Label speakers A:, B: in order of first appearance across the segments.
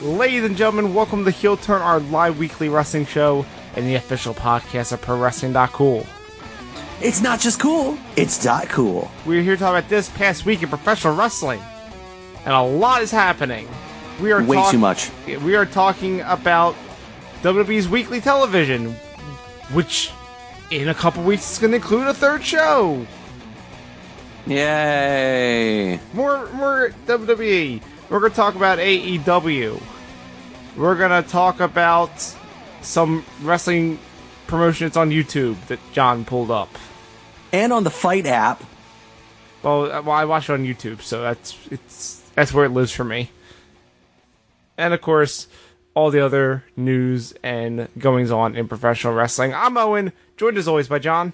A: Ladies and gentlemen, welcome to Heel Turn, our live weekly wrestling show and the official podcast of ProWrestling.cool.
B: It's not just cool, it's dot cool.
A: We're here to talk about this past week in professional wrestling, and a lot is happening. We are
B: Way
A: talk-
B: too much.
A: We are talking about WWE's weekly television, which in a couple weeks is going to include a third show.
B: Yay!
A: More, more WWE. We're gonna talk about AEW. We're gonna talk about some wrestling promotion that's on YouTube that John pulled up.
B: And on the Fight app,
A: Well, I- well, I watch it on YouTube, so that's it's that's where it lives for me. And of course, all the other news and goings on in professional wrestling. I'm Owen, joined as always by John.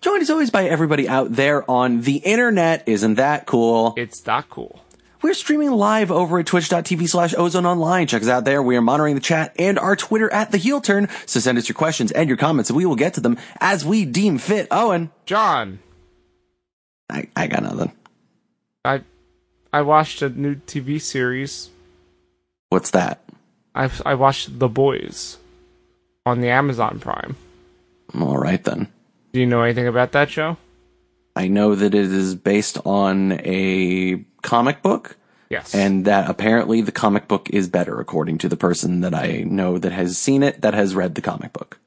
B: joined as always by everybody out there on the internet. Isn't that cool?
A: It's not cool.
B: We're streaming live over at twitch.tv slash ozone online. Check us out there. We are monitoring the chat and our Twitter at the heel turn. So send us your questions and your comments and we will get to them as we deem fit. Owen,
A: John,
B: I, I got nothing.
A: I I watched a new TV series
B: What's that?
A: I I watched The Boys on the Amazon Prime.
B: All right then.
A: Do you know anything about that show?
B: I know that it is based on a comic book.
A: Yes.
B: and that apparently the comic book is better according to the person that I know that has seen it that has read the comic book.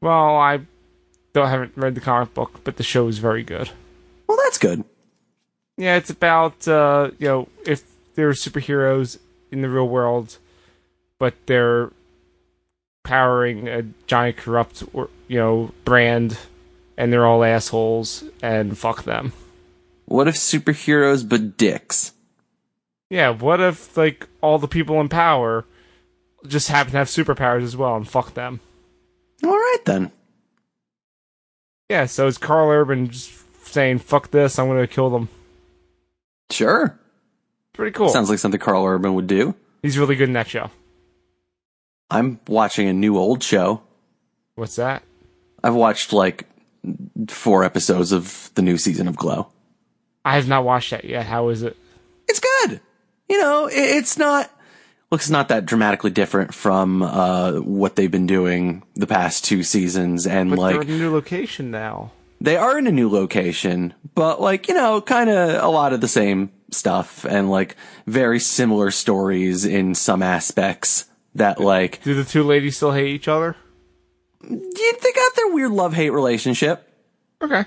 A: well, I don't haven't read the comic book, but the show is very good.
B: Well, that's good.
A: Yeah, it's about uh, you know if there are superheroes in the real world, but they're powering a giant corrupt or you know brand, and they're all assholes and fuck them.
B: What if superheroes but dicks?
A: Yeah, what if like all the people in power just happen to have superpowers as well and fuck them?
B: All right then.
A: Yeah, so it's Carl Urban just saying, fuck this, I'm going to kill them.
B: Sure.
A: Pretty cool.
B: Sounds like something Carl Urban would do.
A: He's really good in that show.
B: I'm watching a new old show.
A: What's that?
B: I've watched like four episodes of the new season of Glow.
A: I have not watched that yet. How is it?
B: It's good. You know, i- it's not looks not that dramatically different from uh what they've been doing the past two seasons and
A: But
B: like
A: they're in a new location now.
B: they are in a new location, but like, you know, kind of a lot of the same stuff and like very similar stories in some aspects that like,
A: Do the two ladies still hate each other?
B: you they got their weird love hate relationship.
A: Okay.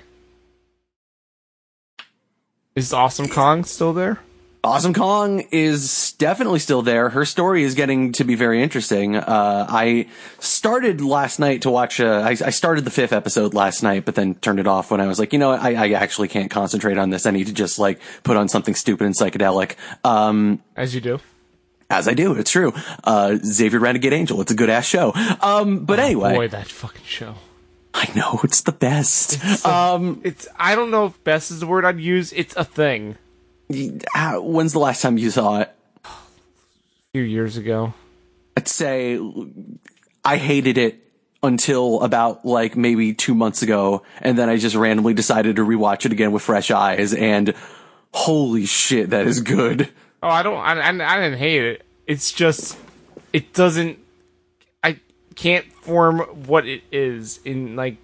A: Is Awesome Kong still there?
B: Awesome Kong is definitely still there. Her story is getting to be very interesting. Uh, I started last night to watch, uh, I, I started the fifth episode last night, but then turned it off when I was like, you know what? I, I actually can't concentrate on this. I need to just like put on something stupid and psychedelic. Um,
A: As you do.
B: As I do, it's true. Uh, Xavier Renegade Angel, it's a good ass show. Um, but anyway,
A: Oh, Boy, that fucking show.
B: I know it's the best.
A: Um, it's I don't know if best is the word I'd use. It's a thing.
B: Uh, How- when's the last time you saw it?
A: A few years ago.
B: I'd say I hated it until about like maybe two months ago, and then I just randomly decided to rewatch it again with fresh eyes, and holy shit, that is good.
A: Oh, I don't. I, I, I didn't hate it. It's just it doesn't. I can't form what it is in like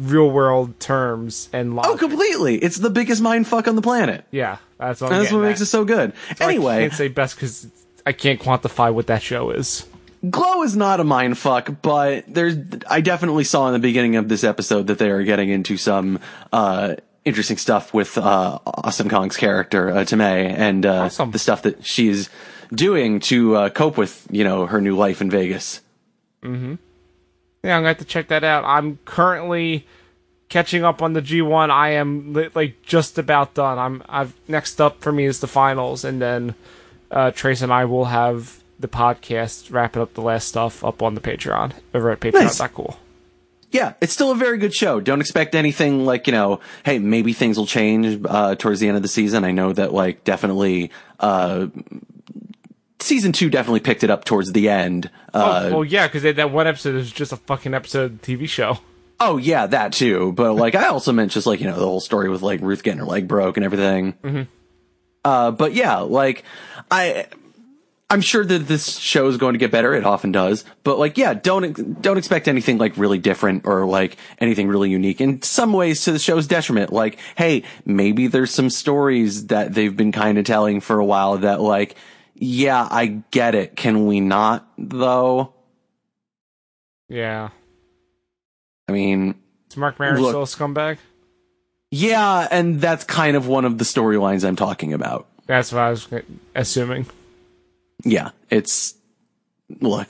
A: real world terms and
B: Oh,
A: logic.
B: completely! It's the biggest mind fuck on the planet.
A: yeah, that's what. I'm
B: That's what
A: getting
B: makes
A: at.
B: it so good.
A: I
B: Anyway,
A: can't say best because I can't quantify what that show is.
B: Glow is not a mind fuck, but there's I definitely saw in the beginning of this episode that they are getting into some uh interesting stuff with uh Awesome Kong's character uh, Tomei and uh
A: Awesome.
B: the stuff that she's doing to uh cope with, you know, her new life in Vegas.
A: Yeah, I'm gonna have to check that out. I'm currently catching up on the G1. I am li- like just about done. I'm. I've next up for me is the finals, and then uh, Trace and I will have the podcast wrapping up the last stuff up on the Patreon over at
B: Nice.
A: Patreon.cool.
B: Yeah, it's still a very good show. Don't expect anything like, you know, hey, maybe things will change uh towards the end of the season. I know that like definitely uh season 2 definitely picked it up towards the end. Uh
A: oh well, yeah, because that one episode is just a fucking episode of the TV show.
B: Oh yeah, that too. But like, I also meant just like you know the whole story with like Ruth getting her leg broke and everything. Uh, but yeah, like I, I'm sure that this show is going to get better. It often does, but like, yeah, don't don't expect anything like really different or like anything really unique. In some ways, to the show's detriment, like, hey, maybe there's some stories that they've been kind of telling for a while that like, yeah, I get it. Can we not though?
A: Yeah.
B: I mean,
A: Is Mark Maron
B: Look.
A: still a scumbag?
B: yeah, and that's kind of one of the storylines I'm talking about.
A: That's what I was assuming.
B: Yeah, it's look.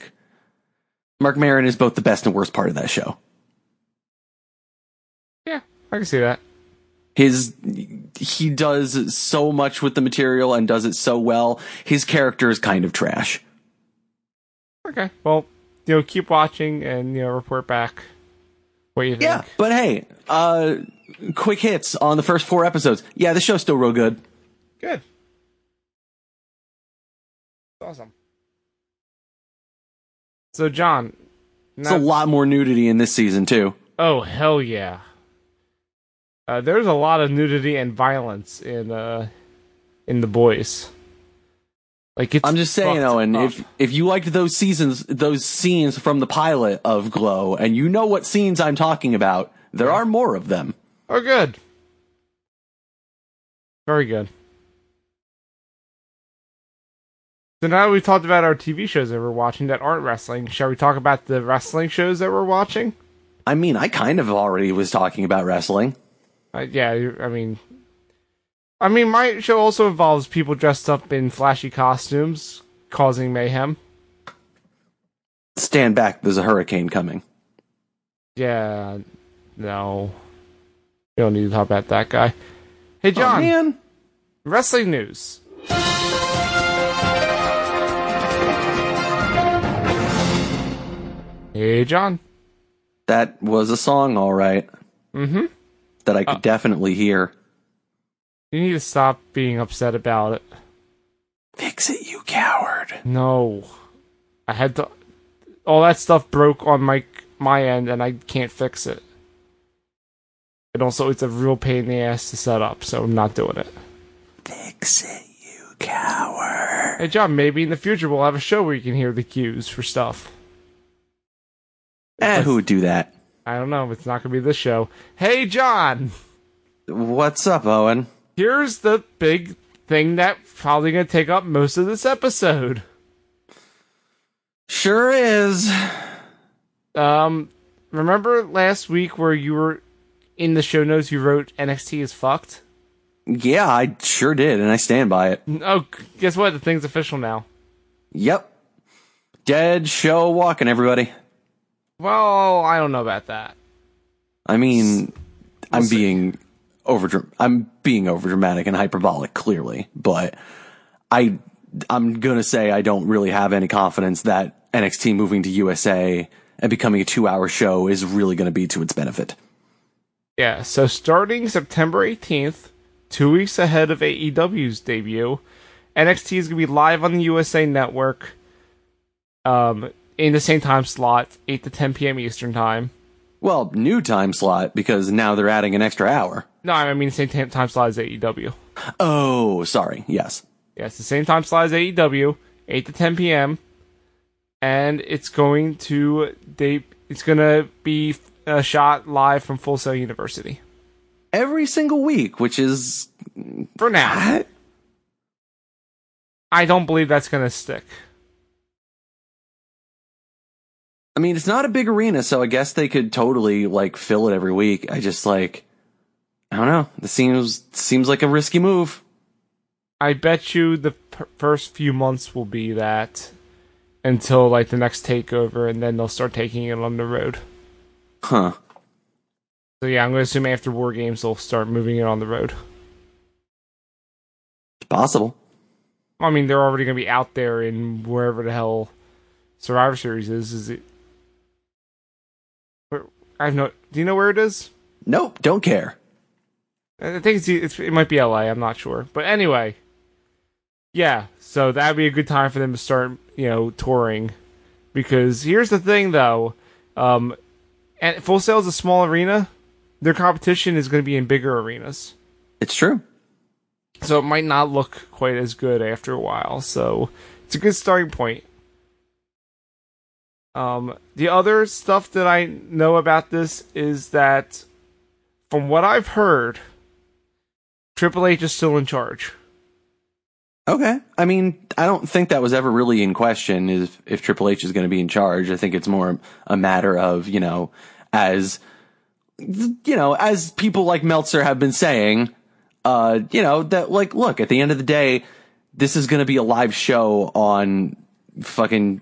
B: Mark Marin is both the best and worst part of that show.
A: Yeah, I can see that.
B: his he does so much with the material and does it so well his character is kind of trash
A: Okay. Well, you know, keep watching and you know report back what you think.
B: yeah but hey uh quick hits on the first four episodes yeah the show's still real good
A: Good. Awesome. So John,
B: it's a
A: not-
B: lot more nudity in this season too
A: oh hell yeah. Uh, there's a lot of nudity and violence in uh in the boys. Like it's
B: i'm just saying
A: fucked
B: owen
A: up.
B: if if you liked those seasons those scenes from the pilot of glow and you know what scenes i'm talking about there are more of them
A: Oh, good. Very good. So now that we've talked about our TV shows that we're watching that aren't wrestling, shall we talk about the wrestling shows that we're watching?
B: i mean i kind of already was talking about wrestling
A: Uh, yeah, you- I mean, I mean, my show also involves people dressed up in flashy costumes causing mayhem.
B: stand back there's a hurricane coming
A: Yeah, no, you don't need to talk about that guy. Hey,
B: oh
A: John,
B: man
A: wrestling news. Hey, John.
B: That was a song, all right,
A: Mm-hmm.
B: that I could definitely hear.
A: You need to stop being upset about it.
B: Fix it, you coward.
A: No, I had to. All that stuff broke on my my end, and I can't fix it. And also, it's a real pain in the ass to set up, so I'm not doing it.
B: Fix it, you coward.
A: Hey, John. Maybe in the future we'll have a show where you can hear the cues for stuff.
B: Eh, who would do that?
A: I don't know. It's not gonna be this show. Hey, John.
B: What's up, Owen?
A: here's the big thing that probably going to take up most of this episode.
B: Sure is.
A: Um, remember last week where you were in the show notes? You wrote NXT is fucked.
B: Yeah, I sure did, and I stand by it.
A: Oh, g- guess what? The thing's official now.
B: Yep. Dead show walking, everybody.
A: Well, I don't know about that.
B: I mean, I'm being over. I'm being overdramatic and hyperbolic, clearly, but I I'm gonna say I don't really have any confidence that NXT moving to USA and becoming a two hour show is really gonna be to its benefit.
A: Yeah. So starting September eighteenth, two weeks ahead of AEW's debut, NXT is going to be live on the USA Network. Um, in the same time slot, eight to ten p.m. Eastern time.
B: Well, new time slot because now they're adding an extra hour.
A: No, I mean same t- time slot as AEW.
B: Oh, sorry. Yes.
A: Yeah, it's the same time slot as AEW, eight to ten p.m. And it's going to they it's gonna be uh, shot live from Full Sail University
B: Every single week, which is ah,
A: for now.
B: I,
A: I don't believe that's gonna stick.
B: I mean, it's not a big arena, so I guess they could totally like fill it every week. I just like, I don't know. This seems seems like a risky move.
A: I bet you the p- first few months will be that until like the next takeover, and then they'll start taking it on the road.
B: Huh.
A: So yeah, I'm gonna assume after War Games they'll start moving it on the road.
B: It's possible.
A: I mean, they're already going to be out there in wherever the hell Survivor Series is. Is it? Where, I have no. Do you know where it is?
B: Nope, don't care.
A: I I think it's, e, it's it might be LA. I'm not sure, but anyway, yeah. So that'd be a good time for them to start, you know, touring. Because here's the thing, though, um, and Full Sail is a small arena. Their competition is going to be in bigger arenas.
B: It's true.
A: so it might not look quite as good after a while. So it's a good starting point. Um, the other stuff that I know about this is that, from what I've heard, Triple H is still in charge.
B: Okay. I mean, I don't think that was ever really in question if, if Triple H is going to be in charge. I think it's more a matter of, you know, as, you know, as people like Meltzer have been saying, uh, you know, that like, look, at the end of the day, this is going to be a live show on fucking,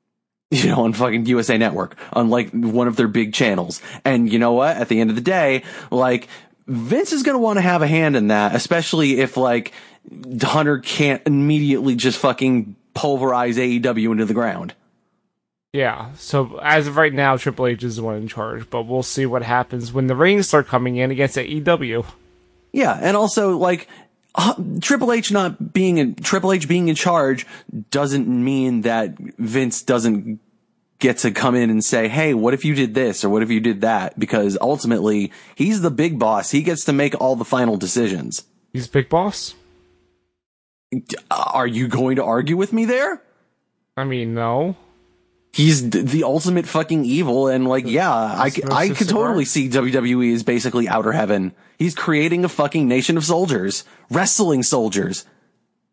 B: you know, on fucking USA Network, on like one of their big channels. And you know what? At the end of the day, like, Vince is going to want to have a hand in that, especially if like Hunter can't immediately just fucking pulverize AEW into the ground.
A: Yeah. So as of right now, Triple H is the one in charge, but we'll see what happens when the rings start coming in against E AEW.
B: Yeah, and also like uh, Triple H not being in Triple H being in charge doesn't mean that Vince doesn't get to come in and say, Hey, what if you did this or what if you did that? Because ultimately he's the big boss. He gets to make all the final decisions.
A: He's big boss.
B: uh, Are you going to argue with me there?
A: I mean, no.
B: He's th- the ultimate fucking evil, and like, yeah, I, c- I could totally see WWE as basically outer heaven. He's creating a fucking nation of soldiers, wrestling soldiers.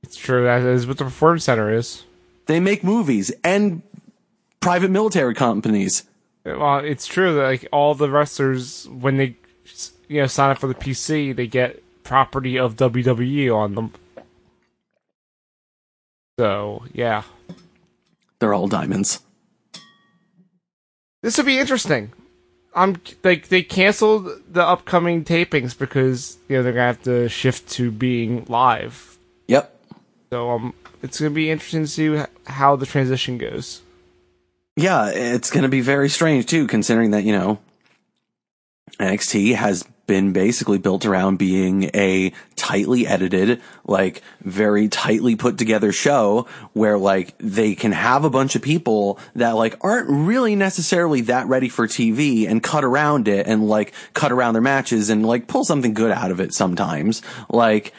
A: It's true. That is what the Performance Center is.
B: They make movies and private military companies.
A: Well, it's true that like all the wrestlers when they you know sign up for the PC, they get property of WWE on them. So yeah,
B: they're all diamonds.
A: This would be interesting. I'm like they canceled the upcoming tapings because you know they're gonna have to shift to being live.
B: Yep.
A: So um, it's gonna be interesting to see how the transition goes.
B: Yeah, it's going to be very strange too, considering that, you know, NXT has been basically built around being a tightly edited, like very tightly put together show where like they can have a bunch of people that like aren't really necessarily that ready for TV and cut around it and like cut around their matches and like pull something good out of it sometimes. Like,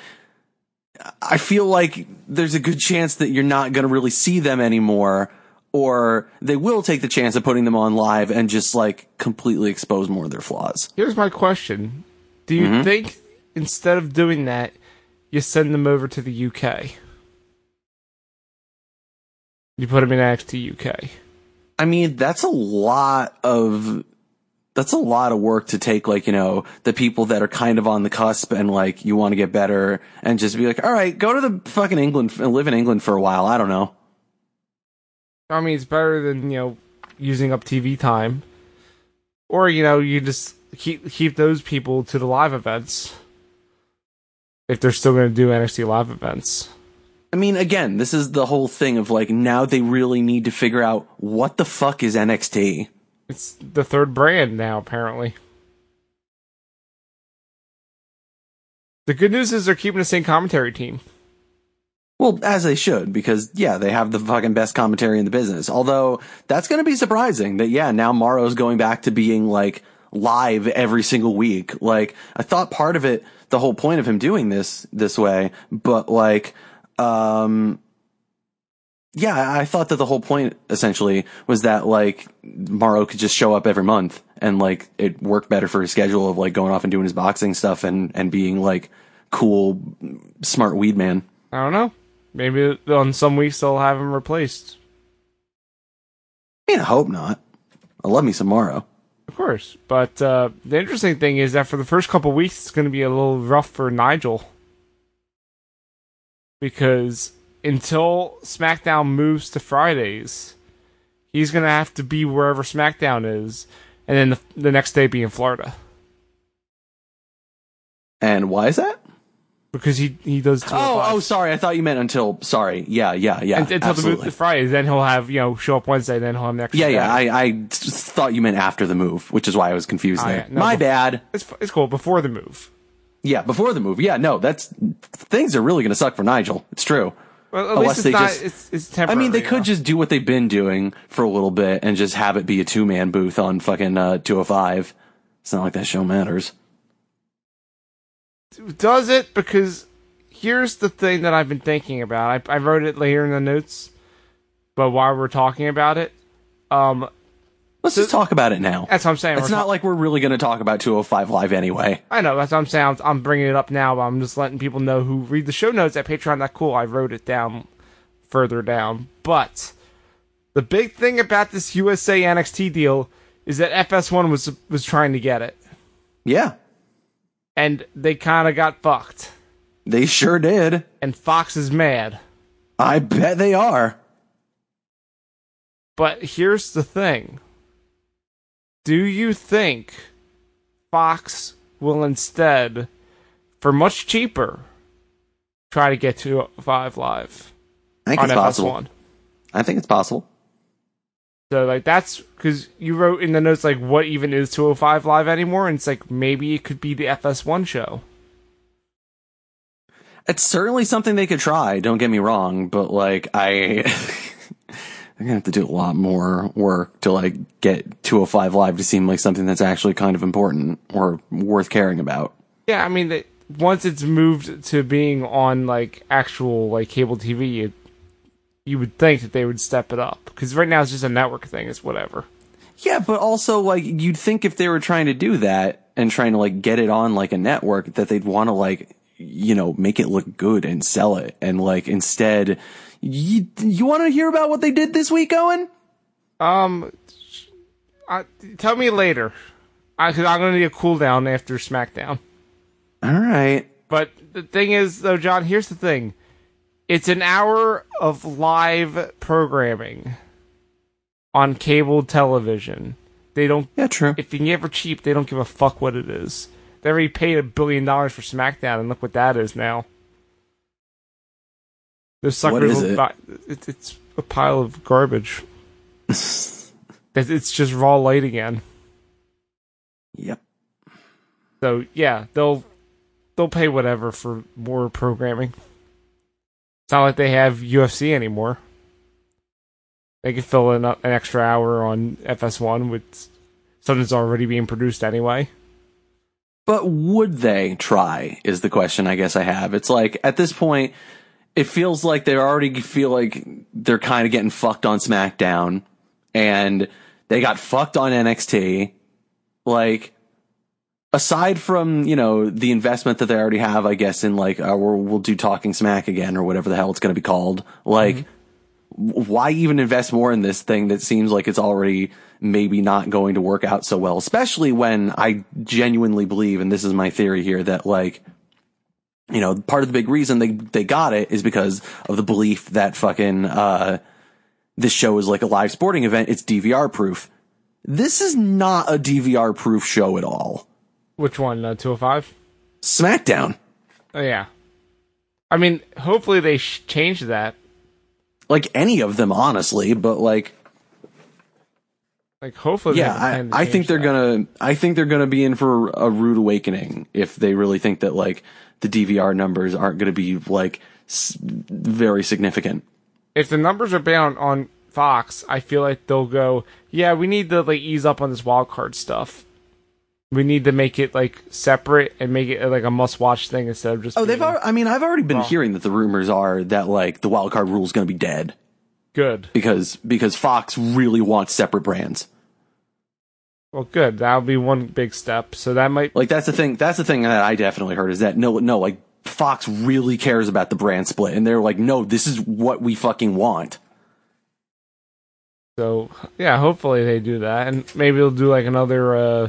B: I feel like there's a good chance that you're not going to really see them anymore or they will take the chance of putting them on live and just like completely expose more of their flaws.
A: Here's my question. Do you mm-hmm. think instead of doing that, you send them over to the UK? You put them in NXT UK.
B: I mean, that's a lot of that's a lot of work to take like, you know, the people that are kind of on the cusp and like you want to get better and just be like, "All right, go to the fucking England and live in England for a while. I don't know."
A: I mean, it's better than you know using up TV time, or you know you just keep keep those people to the live events if they're still going to do NXT live events.
B: I mean, again, this is the whole thing of like now they really need to figure out what the fuck is NXT.
A: It's the third brand now, apparently. The good news is they're keeping the same commentary team.
B: Well, as they should, because yeah, they have the fucking best commentary in the business. Although that's going to be surprising that yeah, now Morrow's going back to being like live every single week. Like I thought part of it, the whole point of him doing this this way, but like, um, yeah, I thought that the whole point essentially was that like Morrow could just show up every month and like it worked better for his schedule of like going off and doing his boxing stuff and, and being like cool, smart weed man.
A: I don't know. Maybe on some weeks they'll have him replaced.
B: I mean, I hope not. I love me some Morrow.
A: Of course. But uh, the interesting thing is that for the first couple weeks, it's going to be a little rough for Nigel. Because until SmackDown moves to Fridays, he's going to have to be wherever SmackDown is, and then the, the next day be in Florida.
B: And why is that?
A: because he he does.
B: Oh, oh, sorry. I thought you meant until. Sorry. Yeah, yeah, yeah.
A: And, until absolutely. the move to Fridays, then he'll have you know show up Wednesday, then he'll have next.
B: Yeah, day. yeah. I I thought you meant after the move, which is why I was confused oh, there. Yeah. No, My
A: before,
B: bad.
A: It's it's cool before the move.
B: Yeah, before the move. Yeah, no, that's things are really going to suck for Nigel. It's true.
A: Well, at Unless least it's not. Just, it's, it's temporary.
B: I mean, they could know? just do what they've been doing for a little bit and just have it be a two man booth on fucking uh, 205. It's not like that show matters
A: does it because here's the thing that I've been thinking about. I, I, wrote it later in the notes. but while we're talking about it, um,
B: Let's just talk about it now.
A: that's what I'm saying.
B: It's
A: We're
B: not like we're really going to talk about 205 Live anyway.
A: I know that's what I'm saying. I'm, I'm bringing it up now, but I'm just letting people know who read the show notes at Patreon.cool. I wrote it down further down, but the big thing about this USA NXT deal is that FS1 was was trying to get it,
B: Yeah,
A: and they kind of got fucked.
B: they sure did.
A: And Fox is mad.
B: I bet they are.
A: But here's the thing. Do you think Fox will instead, for much cheaper, try to get to Five Live
B: I think
A: on
B: it's possible.
A: FS1?
B: I think it's possible.
A: So like that's because you wrote in the notes like what even is 205 Live anymore, and it's like maybe it could be the FS1 show.
B: It's certainly something they could try. Don't get me wrong, but like I, I'm gonna have to do a lot more work to like get 205 Live to seem like something that's actually kind of important or worth caring about.
A: Yeah, I mean that once it's moved to being on like actual like cable TV, you you would think that they would step it up because right now it's just a network thing. It's whatever.
B: Yeah, but also like you'd think if they were trying to do that and trying to like get it on like a network that they'd want to like you know make it look good and sell it and like instead you you want to hear about what they did this week, Owen?
A: Um, I, tell me later, I, cause I'm gonna need a cool down after SmackDown.
B: All right.
A: But the thing is, though, John, here's the thing: it's an hour of live programming on cable television. They don't,
B: Yeah, true.
A: if you can get it for cheap, they don't give a fuck what it is. They already paid a billion dollars for SmackDown, and look what that is now. Those suckers,
B: is
A: will
B: it?
A: buy- it- it's a pile of garbage. It- it's just raw light again.
B: yep.
A: So yeah, they'll they'll pay whatever for more programming. It's not like they have UFC anymore. They could fill in a- an extra hour on FS1 with something that's already being produced anyway.
B: But would they try is the question I guess I have. It's like at this point, it feels like they already feel like they're kind of getting fucked on SmackDown and they got fucked on NXT. Like, aside from, you know, the investment that they already have, I guess, in like, uh, we'll, we'll do Talking Smack again or whatever the hell it's going to be called. Like, w- why even invest more in this thing that seems like it's already maybe not going to work out so well, especially when I genuinely believe, and this is my theory here, that like, you know, part of the big reason they, they got it is because of the belief that fucking, uh, this show is like a live sporting event. It's DVR proof. This is not a DVR proof show at all.
A: Which one? Uh, 205?
B: SmackDown.
A: Oh yeah. I mean, hopefully they sh- change that.
B: Like any of them, honestly, but like,
A: Like hopefully.
B: yeah,
A: they have a plan to
B: I, I think
A: change
B: they're
A: that.
B: gonna. I think they're gonna be in for a rude awakening if they really think that like the DVR numbers aren't gonna be like s- very significant.
A: if the numbers are bound on Fox, I feel like they'll go, yeah, we need to like ease up on this wild card stuff. We need to make it like separate and make it like a must watch thing instead of just
B: Oh, they've.
A: being
B: Al- I mean, I've already been hearing that the rumors are that like the wild card rule is gonna be dead
A: good.
B: because because Fox really wants separate brands.
A: Well, good. That'll be one big step. So that might
B: Like that's the thing. That's the thing that I definitely heard is that no, no, like Fox really cares about the brand split, and they're like, no, this is what we fucking want.
A: so yeah. Hopefully they do that, and maybe they'll do like another, uh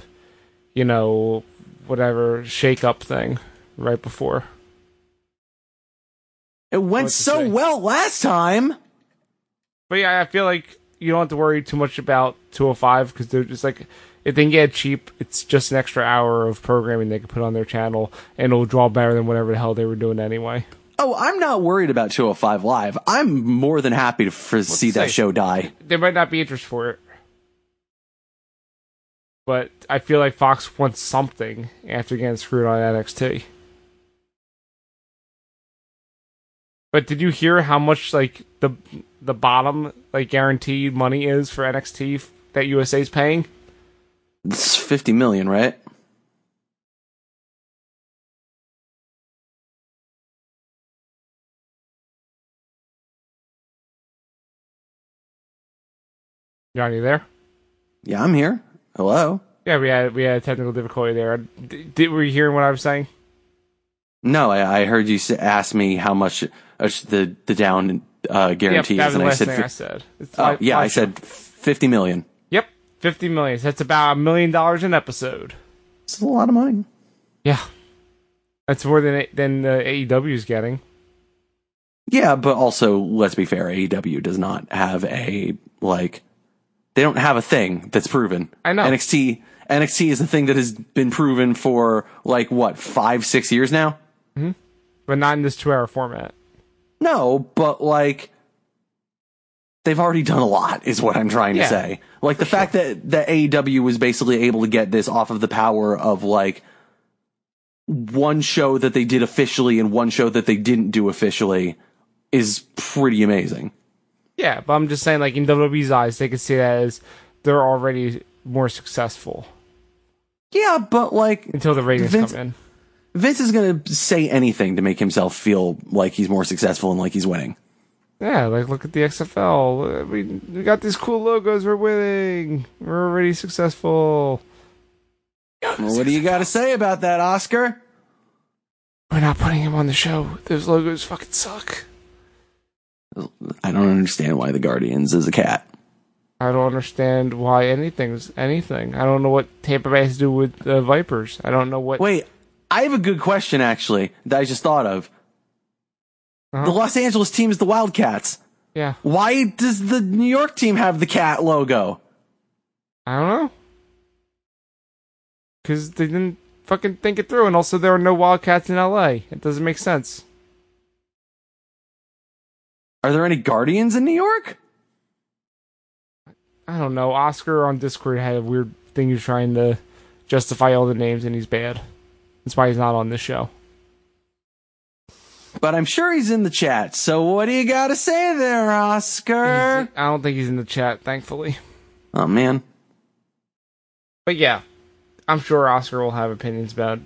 A: you know, whatever shake up thing right before.
B: It went
A: to
B: so
A: say.
B: well last time.
A: But yeah, I feel like you don't have to worry too much about 205 because they're just like, if they can get it cheap, it's just an extra hour of programming they can put on their channel and it'll draw better than whatever the hell they were doing anyway.
B: Oh, I'm not worried about 205 Live. I'm more than happy to for, see that
A: say?
B: show die.
A: There might not be interest for it. But I feel like Fox wants something after getting screwed on NXT. But did you hear how much like the the bottom like guaranteed money is for NXT f- that USA's paying?
B: It's 50 million, right?
A: John, you there?
B: Yeah, I'm here. Hello.
A: Yeah, we had we had a technical difficulty there. D- did were you hearing what I was saying?
B: No, I, I heard you s- ask me how much uh, the the down uh,
A: Yep,
B: guarantee
A: that was
B: is,
A: the
B: and I
A: last
B: said,
A: thing
B: fi-
A: I said. It's
B: oh,
A: like-
B: yeah, I
A: like-
B: said fifty million.
A: Yep, fifty million. That's about a million dollars an episode.
B: It's a lot of money.
A: Yeah, that's more than it- than the AEW is getting.
B: Yeah, but also let's be fair, AEW does not have a like they don't have a thing that's proven.
A: I know.
B: NXT NXT is the thing that has been proven for like what, five, six years now?
A: but not in this two hour format.
B: No, but like they've already done a lot is what I'm trying
A: Yeah,
B: to say. Like the fact that that AEW was basically able to get this off of the power of like one show that they did officially and one show that they didn't do officially is pretty amazing.
A: Yeah, but I'm just saying, like in WWE's eyes, they could see that as they're already more successful
B: Yeah, but like
A: until the ratings
B: Vince-
A: come in.
B: Vince is going to say anything to make himself feel like he's more successful and like he's winning.
A: Yeah, like look at the XFL. Uh, We we got these cool logos. We're winning. We're already successful.
B: Well, what do you got to say about that, Oscar?
A: We're not putting him on the show. Those logos fucking suck.
B: I don't understand why the Guardians is a cat.
A: I don't understand why anything's anything. I don't know what Tampa Bay has to do with the Vipers. I don't know what.
B: Wait, I have a good question actually that I just thought of.
A: Uh-huh.
B: The Los Angeles team is the Wildcats.
A: Yeah,
B: Why does the New York team have the cat logo?
A: I don't know. Because they didn't fucking think it through, and also there are no Wildcats in L.A. It doesn't make sense.
B: Are there any Guardians in New York?
A: I don't know. Oscar on Discord had a weird thing he's trying to justify all the names, and he's bad. That's why he's not on this show.
B: But I'm sure he's in the chat. So what do you got to say there, Oscar?
A: He's- I don't think he's in the chat, thankfully.
B: oh man.
A: But yeah, I'm sure Oscar will have opinions about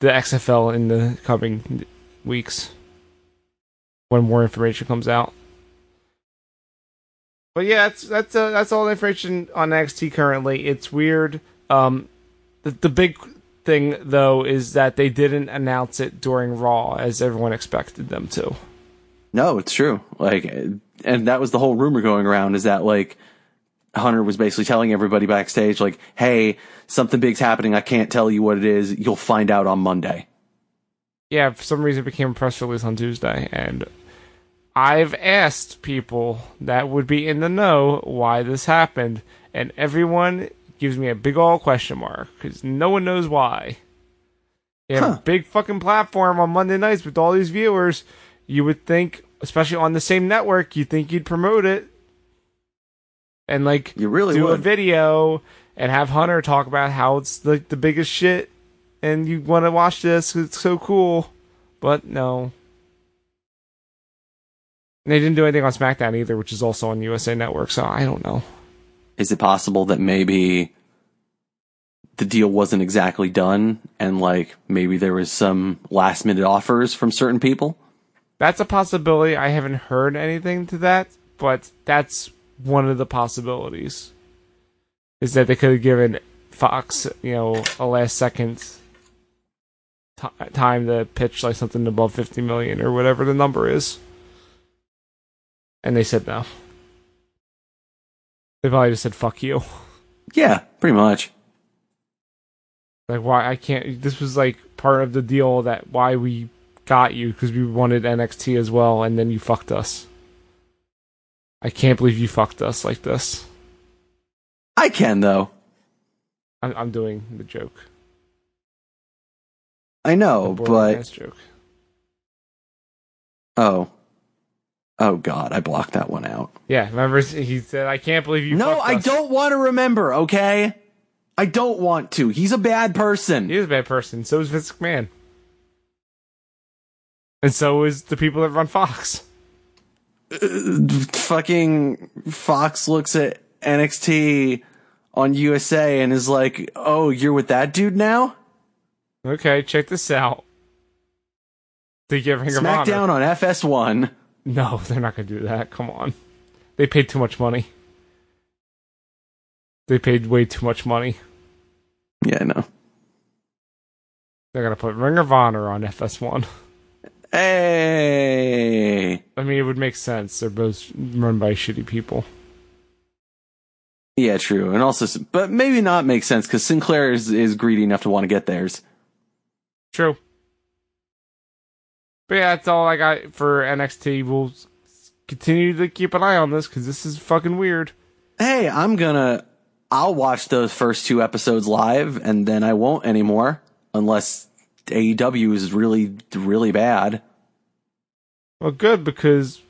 A: the XFL in the coming weeks when more information comes out. But yeah, that's that's uh, that's all the information on NXT currently. It's weird. Um, the, the big thing though is that they didn't announce it during Raw as everyone expected them to.
B: No, it's true. Like, and that was the whole rumor going around is that like Hunter was basically telling everybody backstage, like, hey, something big's happening. I can't tell you what it is. You'll find out on Monday.
A: yeah, for some reason it became a press release on Tuesday, and I've asked people that would be in the know why this happened, and everyone gives me a big ol' question mark because no one knows why. You have
B: Huh.
A: a big fucking platform on Monday nights with all these viewers. You would think, especially on the same network, you think you'd promote it and like
B: You really
A: do a
B: would.
A: video and have Hunter talk about how it's like the biggest shit and you want to watch this 'cause it's so cool. But no. And they didn't do anything on SmackDown either, which is also on USA Network, so I don't know.
B: Is it possible that maybe the deal wasn't exactly done and like maybe there was some last minute offers from certain people?
A: That's a possibility. I haven't heard anything to that, but that's one of the possibilities. Is that they could have given Fox, you know, a last second ti time to pitch like something above 50 million or whatever the number is. And they said no. They probably just said fuck you.
B: Yeah, pretty much.
A: Like why I can't. This was like part of the deal that why we got you because we wanted NXT as well, and then you fucked us. I can't believe you fucked us like this.
B: I can though.
A: I'm, I'm doing the joke.
B: I
A: The
B: know,
A: boring
B: but
A: ass joke.
B: oh, oh god, I blocked that one out.
A: Yeah, remember he said, "I can't believe you."
B: no,
A: fucked
B: I
A: us."
B: don't want to remember, okay? I don't want to. He's a bad person.
A: He is a bad person. So is Vince McMahon, and so is the people that run Fox.
B: Uh, Fucking Fox looks at NXT on USA and is like, oh, you're with that dude now?
A: Okay, check this out. They give Ring of Honor.
B: SmackDown on FS1.
A: No, they're not going to do that. Come on. They paid too much money. They paid way too much money.
B: Yeah, I know.
A: They're gonna put Ring of Honor on FS1.
B: Hey.
A: I mean, it would make sense. They're both run by shitty people.
B: Yeah, true. And also, but maybe not makes sense because Sinclair is, is greedy enough to want to get theirs.
A: True. But yeah, that's all I got for NXT. We'll s- continue to keep an eye on this because this is fucking weird.
B: Hey, I'm gonna, I'll watch those first two episodes live and then I won't anymore unless AEW is really, really bad.
A: Well, good because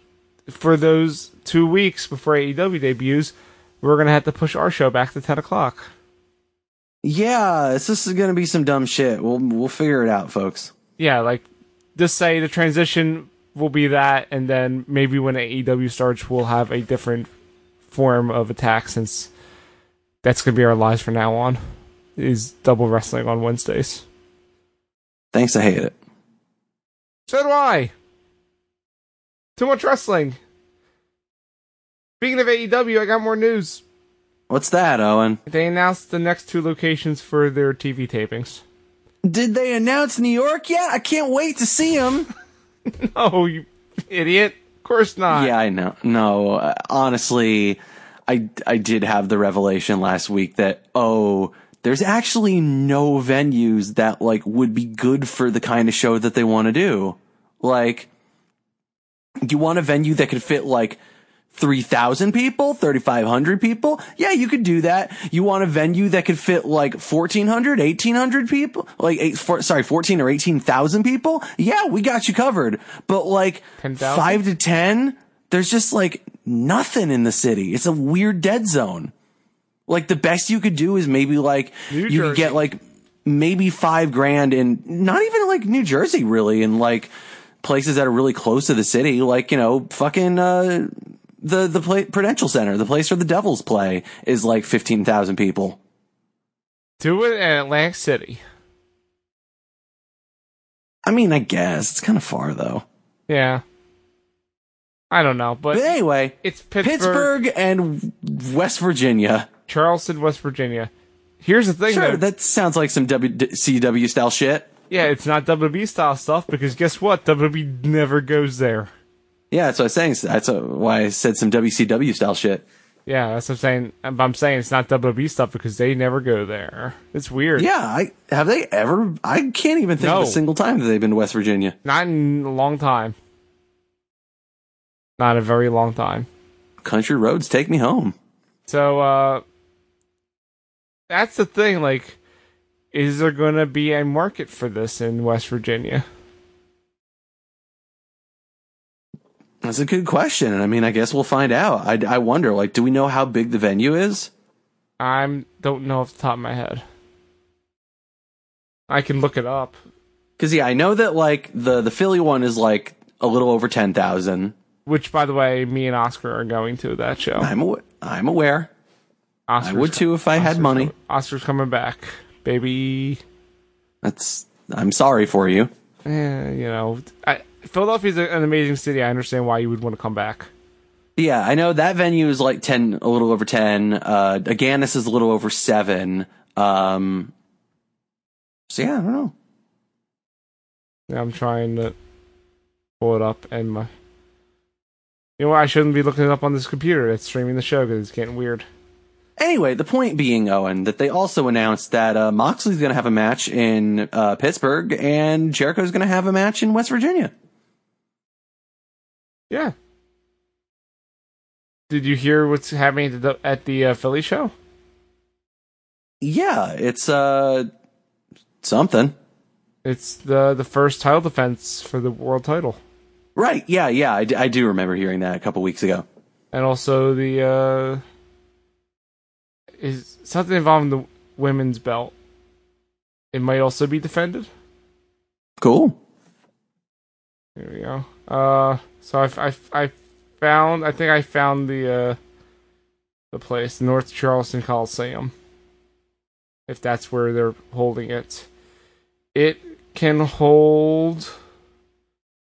A: for those two weeks before AEW debuts, we're gonna have to push our show back to ten o'clock.
B: Yeah, this this is gonna be some dumb shit. We'll, we'll figure it out, folks.
A: Yeah, like just say the transition will be that, and then maybe when AEW starts, we'll have a different form of attack since that's gonna be our lives from now on. Is double wrestling on Wednesdays?
B: Thanks, I hate it.
A: So do I. Too much wrestling. Speaking of AEW, I got more news.
B: What's that, Owen?
A: They announced the next two locations for their TV tapings.
B: Did they announce New York yet? I can't wait to see them.
A: Oh, you idiot. Of course not.
B: Yeah, I know. No, uh, honestly, I I did have the revelation last week that oh, there's actually no venues that like would be good for the kind of show that they want to do. Like you want a venue that could fit like 3,000 people, 3,500 people. Yeah, you could do that. You want a venue that could fit like 1,400, 1,800 people, like eight, four, sorry, 14 or 18,000 people. Yeah, we got you covered. But like
A: 10,000?
B: five to 10, there's just like nothing in the city. It's a weird dead zone. Like the best you could do is maybe like,
A: New
B: you could get
A: Jersey.
B: like maybe five grand in not even like New Jersey really in like places that are really close to the city, like, you know, fucking, uh, the, the pla Prudential Center, the place where the Devils play is like 15,000 people.
A: Do it in Atlantic City.
B: I mean, I guess it's kind of far though.
A: Yeah. I don't know, but
B: But anyway,
A: it's Pittsburgh,
B: Pittsburgh and West Virginia.
A: Charleston, West Virginia. Here's the thing,
B: Sure,
A: though.
B: that sounds like some W- CW style shit.
A: yeah, it's not WWE style stuff because guess what? WWE never goes there.
B: Yeah, that's what I was saying. That's uh, why I said some WCW style shit.
A: Yeah, that's what I'm saying. But I'm saying it's not WWE stuff because they never go there. It's weird.
B: Yeah, I have they ever? I can't even think of
A: No.
B: a single time that they've been to West Virginia.
A: Not in a long time. Not a very long time.
B: Country roads take me home.
A: So uh that's the thing like is there going to be a market for this in West Virginia?
B: That's a good question, and I mean, I guess we'll find out. I, I wonder, like, do we know how big the venue is?
A: I'm don't know off the top of my head. I can look it up.
B: Because yeah, I know that like the the Philly one is like a little over ten thousand.
A: Which by the way, me and Oscar are going to that show.
B: I'm aw- I'm aware. I
A: Oscar's
B: would too if I had
A: Oscar's
B: money.
A: com- Oscar's coming back. Baby
B: That's I'm sorry for you.
A: eh, you know, I, Philadelphia's a- an amazing city. I understand why you would want to come back.
B: Yeah, I know that venue is like ten, a little over ten. Uh, Aganis is a little over seven. Um, so yeah, I don't know.
A: Yeah, I'm trying to pull it up, and my. You know what? I shouldn't be looking it up on this computer that's streaming the show because it's getting weird.
B: Anyway, the point being, Owen, that they also announced that uh, Moxley's going to have a match in uh, Pittsburgh and Jericho's going to have a match in West Virginia.
A: Yeah. Did you hear what's happening at the, at the uh, Philly show?
B: Yeah, it's uh, something.
A: It's the the first title defense for the world title,
B: Right, yeah, yeah. I, d- I do remember hearing that a couple weeks ago.
A: and also the uh, is something involving the women's belt. It might also be defended.
B: Cool.
A: There we go. Uh, so I, I, I found, I think I found the, uh, the place, North Charleston Coliseum. If that's where they're holding it. It can hold,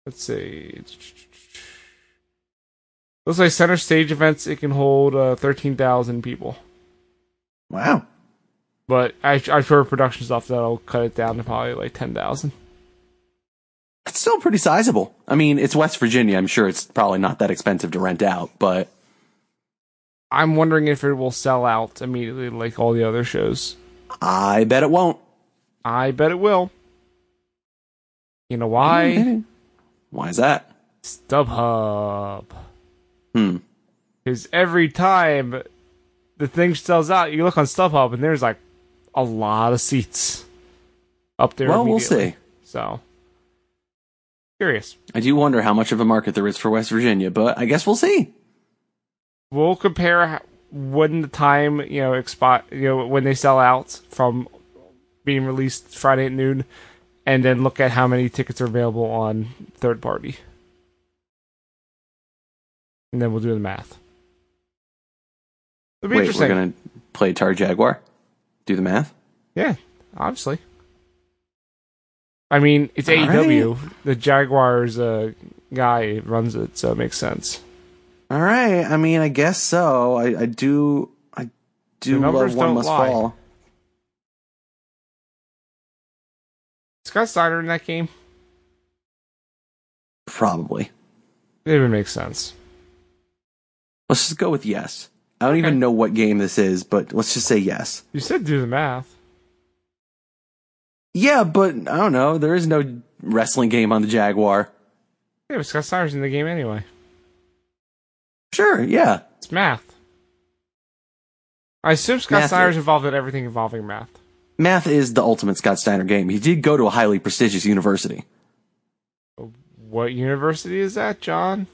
A: let's see. Looks like center stage events, it can hold, uh, 13,000 people.
B: Wow.
A: But I, I've heard production stuff that'll cut it down to probably like ten thousand.
B: It's still pretty sizable. I mean, it's West Virginia. I'm sure it's probably not that expensive to rent out, but
A: I'm wondering if it will sell out immediately like all the other shows.
B: I bet it won't.
A: I bet it will. You know why?
B: Hmm, Why is that?
A: StubHub.
B: Hmm.
A: Because every time the thing sells out, you look on StubHub and there's like a lot of seats up there.
B: Well, we'll
A: immediately.
B: see.
A: So curious.
B: I do wonder how much of a market there is for West Virginia, but I guess we'll see.
A: We'll compare ho- when the time you know expi- you know when they sell out from being released Friday at noon, and then look at how many tickets are available on third party, and then we'll do the math. It'll be
B: Wait, we're
A: interesting.
B: gonna play Tar Jaguar. Do the math.
A: Yeah, obviously. I mean, it's
B: All
A: AEW. The Jaguars uh, guy runs it, so it makes sense.
B: All right. I mean, I guess so. I, I do. I do
A: The numbers
B: love one
A: don't
B: must
A: lie.
B: fall.
A: Scott Steiner in that game,
B: Probably.
A: it would make sense.
B: Let's just go with yes. I don't even know what game this is, but let's just say yes.
A: You said do the math.
B: Yeah, but I don't know. There is no wrestling game on the Jaguar.
A: Yeah, but Scott Steiner's in the game anyway.
B: Sure. Yeah.
A: It's math. I assume Scott
B: Math
A: Steiner's
B: is-
A: involved in everything involving math.
B: Math is the ultimate Scott Steiner game. He did go to a highly prestigious university.
A: What university is that, John?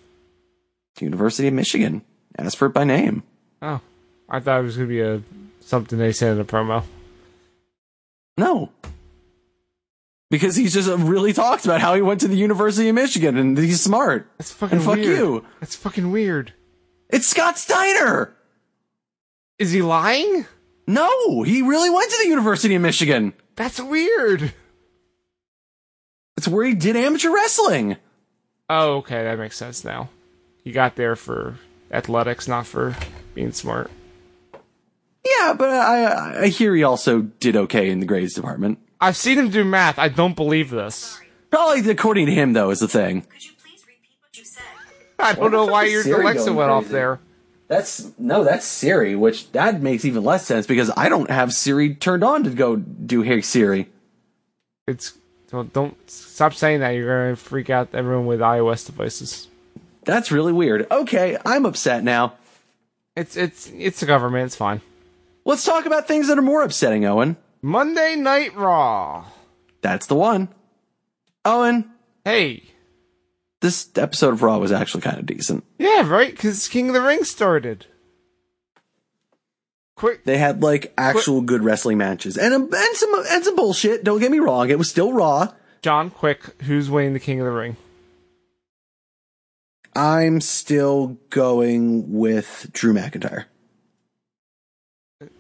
B: University of Michigan. Ask for it by name.
A: Oh, I thought it was going to be a something they said in a promo.
B: No. Because he's just really talks about how he went to the University of Michigan and he's smart.
A: That's fucking
B: And fuck
A: weird.
B: you.
A: That's fucking weird.
B: It's Scott Steiner.
A: Is he lying?
B: No, he really went to the University of Michigan.
A: That's weird.
B: It's where he did amateur wrestling.
A: Oh, okay, that makes sense now. You got there for athletics, not for being smart.
B: Yeah, but I, I- I hear he also did okay in the grades department.
A: I've seen him do math. I don't believe this.
B: Probably according to him though is the thing.
C: Could you please repeat what you said?
A: I don't know
B: the
A: why
B: fuck is
A: your
B: Siri
A: Alexa
B: going
A: went off
B: crazy?
A: there.
B: That's no, that's Siri, which that makes even less sense because I don't have Siri turned on to go do Hey Siri.
A: It's don't, don't stop saying that. You're gonna freak out everyone with iOS devices.
B: That's really weird. Okay, I'm upset now.
A: It's it's it's the government. It's fine.
B: Let's talk about things that are more upsetting, Owen.
A: Monday Night Raw.
B: That's the one. Owen,
A: Hey,
B: this episode of Raw was actually kind of decent.
A: yeah, right? Because King of the Ring started. Quick,
B: They had like actual good wrestling matches and um, and some and some bullshit. Don't get me wrong; it was still Raw.
A: John. Quick, who's winning the King of the Ring?
B: I'm still going with Drew McIntyre.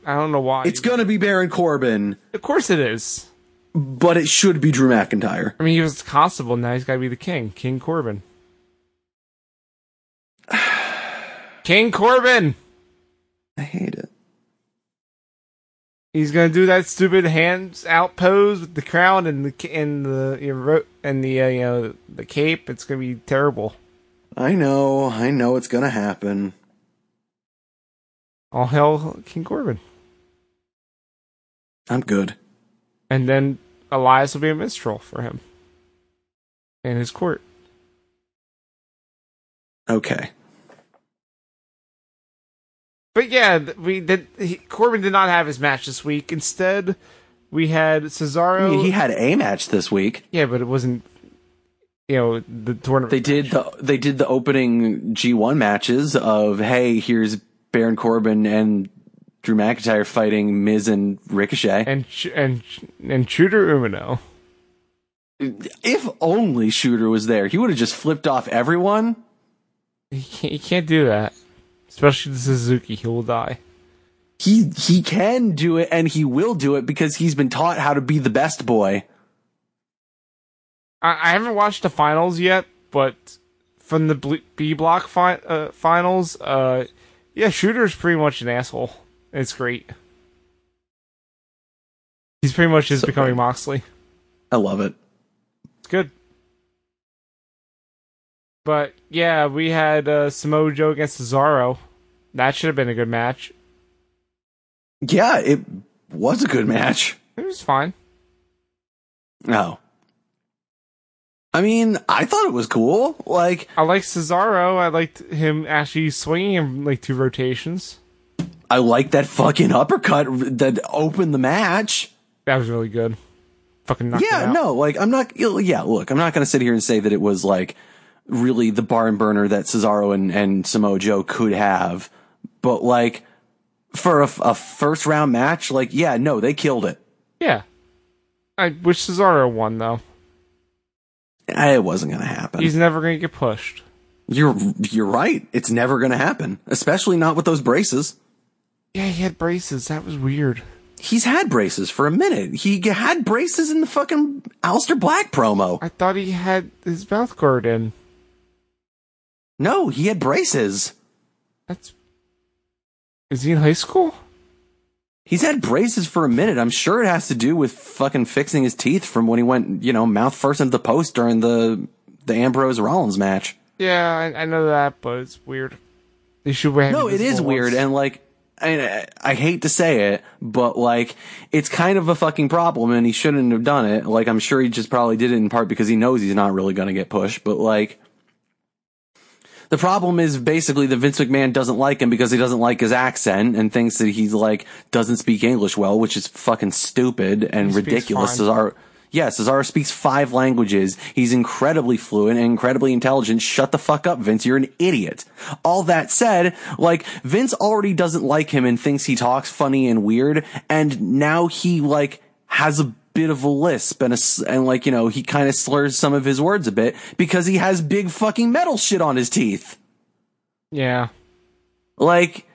A: I don't know why.
B: It's gonna be Baron Corbin,
A: of course it is.
B: but it should be Drew McIntyre.
A: I mean, he was the constable. Now he's got to be the king, King Corbin. king Corbin.
B: I hate it.
A: He's gonna do that stupid hands out pose with the crown and the ca- and the you know, ro- and the uh, you know the cape. It's gonna be terrible.
B: I know. I know it's gonna happen.
A: All hell, King Corbin.
B: I'm good.
A: And then Elias will be a minstrel for him and his court.
B: Okay.
A: But yeah, th- we did. He, Corbin did not have his match this week. Instead, we had Cesaro.
B: I mean, he had a match this week.
A: yeah, but it wasn't. You know the tournament.
B: They did the they did the opening G1 matches of hey, here's Baron Corbin and Drew McIntyre fighting Miz and Ricochet.
A: and Sh- and Sh- and Shooter Umino.
B: if only Shooter was there, he would have just flipped off everyone.
A: He can't, he can't do that, especially to Suzuki. He will die.
B: He he can do it and he will do it because he's been taught how to be the best boy.
A: I, I haven't watched the finals yet, but from the bl- B block fi- uh, finals, uh, yeah, Shooter's pretty much an asshole. It's great. He's pretty much just becoming Moxley.
B: I love it.
A: It's good. But yeah, we had uh, Samoa Joe against Cesaro. That should have been a good match.
B: Yeah, it was a good match.
A: It was fine.
B: No. I mean, I thought it was cool. Like,
A: I liked Cesaro. I liked him actually swinging him like two rotations.
B: I like that fucking uppercut that opened the match.
A: That was really good. Fucking knocked him
B: yeah,
A: out.
B: no, like I'm not. Yeah, look, I'm not going to sit here and say that it was like really the barn burner that Cesaro and and Samoa Joe could have, but like for a, a first round match, like yeah, no, they killed it.
A: Yeah. I wish Cesaro won though.
B: Eh, It wasn't going to happen.
A: He's never gonna get pushed.
B: you're you're right. It's never going to happen, especially not with those braces.
A: Yeah, he had braces. That was weird.
B: He's had braces for a minute. He g- had braces in the fucking Alistair Black promo.
A: I thought he had his mouth guard in.
B: No, he had braces.
A: That's. Is he in high school?
B: He's had braces for a minute. I'm sure it has to do with fucking fixing his teeth from when he went, you know, mouth first into the post during the the Ambrose Rollins match.
A: Yeah, I, I know that, but it's weird. They should wear.
B: No, it is
A: invisible
B: weird,
A: ones.
B: and like, I, I hate to say it, but like, it's kind of a fucking problem, and he shouldn't have done it. Like, I'm sure he just probably did it in part because he knows he's not really going to get pushed, but like. The problem is basically that Vince McMahon doesn't like him because he doesn't like his accent and thinks that he's like doesn't speak English well, which is fucking stupid and
A: He speaks
B: ridiculous.
A: fine.
B: Cesaro, yeah, Cesaro speaks five languages. He's incredibly fluent and incredibly intelligent. Shut the fuck up, Vince. You're an idiot. All that said, like Vince already doesn't like him and thinks he talks funny and weird, and now he like has a bit of a lisp and a, s- and like you know he kind of slurs some of his words a bit because he has big fucking metal shit on his teeth.
A: Yeah,
B: Like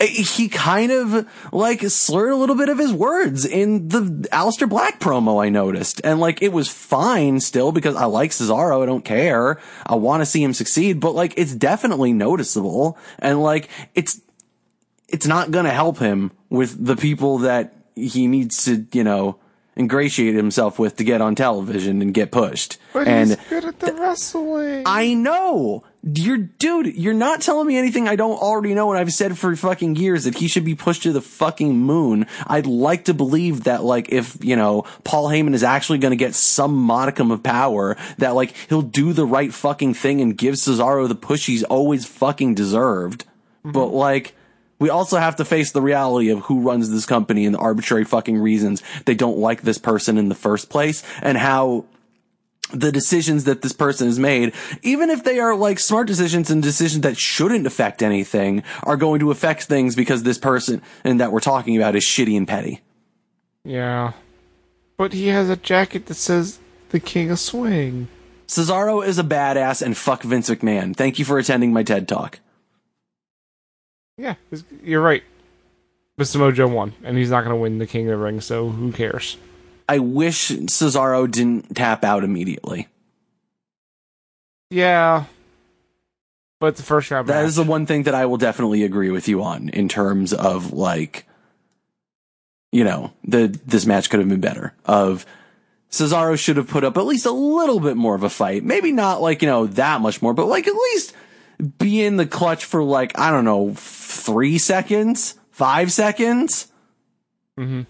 B: eh, he kind of like slurred a little bit of his words in the Alistair Black promo I noticed. And like it was fine still because I like Cesaro, I don't care. I want to see him succeed, but like it's definitely noticeable and like it's it's not going to help him with the people that he needs to, you know, ingratiate himself with to get on television and get pushed.
A: but
B: and
A: he's good at the wrestling.
B: I know. You're, dude, you're not telling me anything I don't already know and I've said for fucking years that he should be pushed to the fucking moon. I'd like to believe that, like, if, you know, Paul Heyman is actually gonna get some modicum of power, that, like, he'll do the right fucking thing and give Cesaro the push he's always fucking deserved. But, like, we also have to face the reality of who runs this company and the arbitrary fucking reasons they don't like this person in the first place and how the decisions that this person has made, even if they are like smart decisions and decisions that shouldn't affect anything, are going to affect things because this person and that we're talking about is shitty and petty.
A: yeah, but he has a jacket that says "The King of Swing."
B: Cesaro is a badass and fuck Vince McMahon. Thank you for attending my TED talk.
A: Yeah, it's- you're right. But Samoa Joe won, and he's not gonna win the King of the Ring, so who cares?
B: I wish Cesaro didn't tap out immediately.
A: Yeah, but the first round.
B: That
A: match.
B: is the one thing that I will definitely agree with you on in terms of like, you know, the this match could have been better. Of Cesaro should have put up at least a little bit more of a fight. Maybe not like you know that much more, but like at least be in the clutch for like I don't know three seconds, five seconds.
A: Mhm.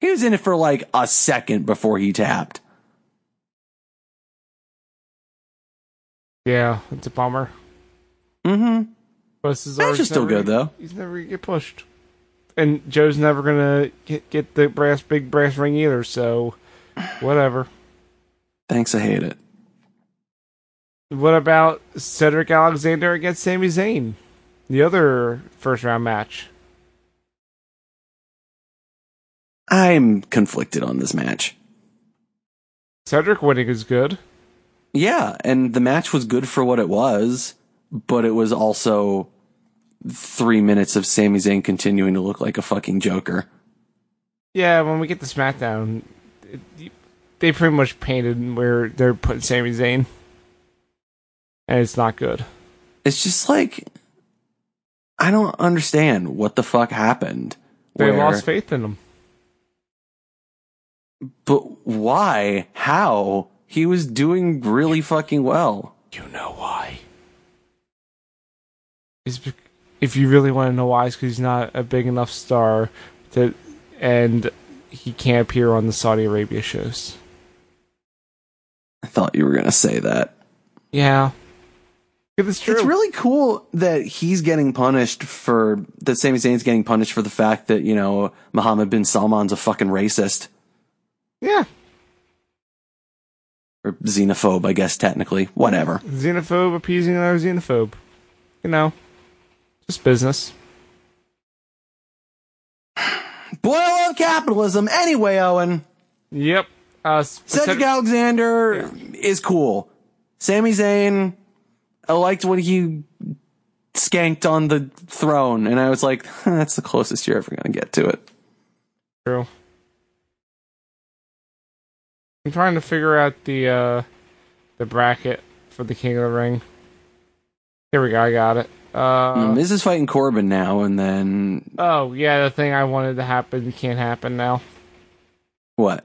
B: He was in it for like a second before he tapped.
A: Yeah, it's a bummer.
B: Mm-hmm.
A: But Cesaro's
B: Matches still
A: never-
B: good, though.
A: He's never gonna get pushed, and Joe's never gonna get, get the brass big brass ring either. So, whatever.
B: Thanks, I hate it.
A: What about Cedric Alexander against Sami Zayn? The other first round match.
B: I'm conflicted on this match.
A: Cedric winning is good.
B: Yeah, and the match was good for what it was, but it was also three minutes of Sami Zayn continuing to look like a fucking joker.
A: Yeah, when we get to SmackDown, it, they pretty much painted where they're putting Sami Zayn, and it's not good.
B: It's just like I don't understand what the fuck happened.
A: They
B: where-
A: lost faith in him.
B: But why? How? He was doing really fucking well.
A: You know why? It's bec- if you really want to know why, it's because he's not a big enough star to, and he can't appear on the Saudi Arabia shows.
B: I thought you were going to say that.
A: Yeah, it's true.
B: It's really cool that he's getting punished for that Sami Zayn's getting punished for the fact that, you know, Mohammed bin Salman's a fucking racist
A: yeah,
B: or xenophobe, I guess technically. Whatever.
A: xenophobe appeasing another xenophobe. You know, just business.
B: Boil up capitalism anyway, Owen.
A: Yep. Uh, s-
B: Cedric Alexander is cool. Sami Zayn, I liked when he skanked on the throne, and I was like, that's the closest you're ever gonna get to it.
A: True. I'm trying to figure out the uh the bracket for the King of the Ring. Here we go, I got it.
B: The
A: Uh
B: Miz Um, is fighting Corbin now, and then
A: oh yeah, the thing I wanted to happen can't happen now.
B: what?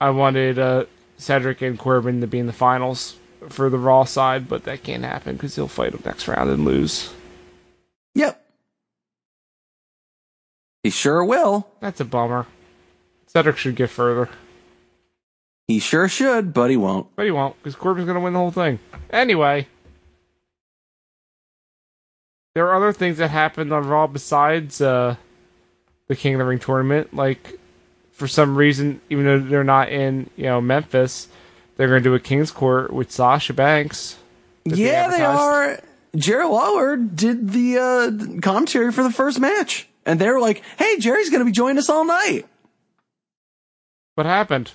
A: I wanted uh Cedric and Corbin to be in the finals for the Raw side, but that can't happen because he'll fight him next round and lose.
B: Yep. He sure will.
A: That's a bummer. Cedric should get further,
B: He sure should, but he won't.
A: but he won't because Corbin's gonna win the whole thing anyway. there are other things that happened on Raw besides uh, the King of the Ring tournament. Like, for some reason, even though they're not in, you know, Memphis, they're going to do a King's Court with Sasha Banks. that
B: yeah, they
A: advertised.
B: are. Jerry Lawler did the uh, commentary for the first match, and they were like, "Hey, Jerry's going to be joining us all night."
A: What happened?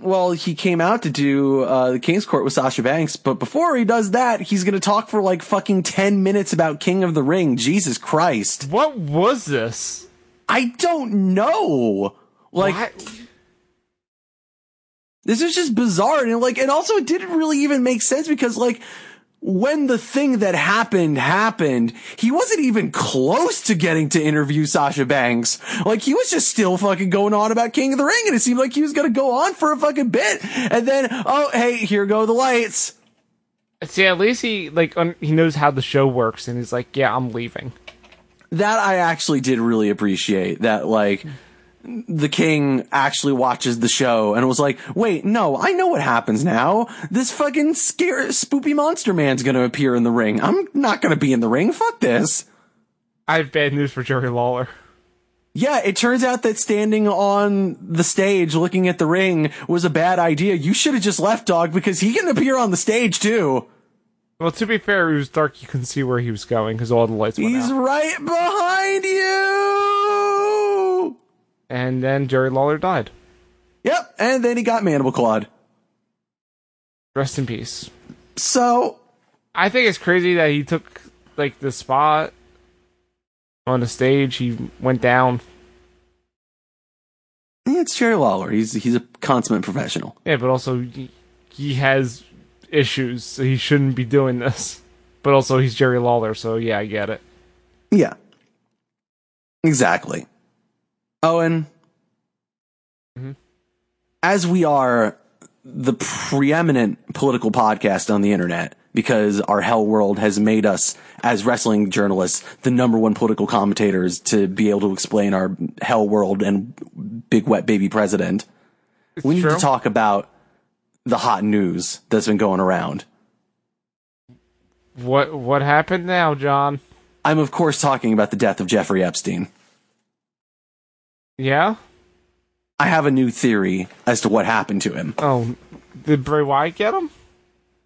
B: Well, he came out to do uh, the King's Court with Sasha Banks, but before he does that, he's going to talk for like fucking 10 minutes about King of the Ring. Jesus Christ.
A: What was this?
B: I don't know. Like,
A: What?
B: this is just bizarre. And like, and also it didn't really even make sense because like, when the thing that happened happened, he wasn't even close to getting to interview Sasha Banks. Like he was just still fucking going on about King of the Ring and it seemed like he was going to go on for a fucking bit. And then, oh, hey, here go the lights.
A: see, at least he like un- he knows how the show works, and he's like, "Yeah, I'm leaving."
B: that I actually did really appreciate that like the king actually watches the show and was like, wait, no, I know what happens now. This fucking scare spoopy monster man's gonna appear in the ring. I'm not gonna be in the ring. Fuck this.
A: I have bad news for Jerry Lawler.
B: Yeah, it turns out that standing on the stage looking at the ring was a bad idea. You should have just left, dog, because he can appear on the stage too.
A: Well, to be fair, it was dark; you couldn't see where he was going because all the lights went out.
B: He's right behind you.
A: And then Jerry Lawler died.
B: Yep, and then he got mandible clawed.
A: Rest in peace.
B: So
A: I think it's crazy that he took like the spot on the stage. He went down.
B: Yeah, it's Jerry Lawler. He's he's a consummate professional.
A: Yeah, but also he, he has issues, so he shouldn't be doing this. But also he's Jerry Lawler, so yeah, I get it.
B: Yeah. Exactly. Owen, as we are the preeminent political podcast on the internet, because our hell world has made us, as wrestling journalists, the number one political commentators to be able to explain our hell world and big wet baby president, we need
A: true.
B: to talk about the hot news that's been going around.
A: What what happened now, John?
B: I'm, of course, talking about the death of Jeffrey Epstein.
A: Yeah?
B: I have a new theory as to what happened to him.
A: Oh, did Bray Wyatt get him?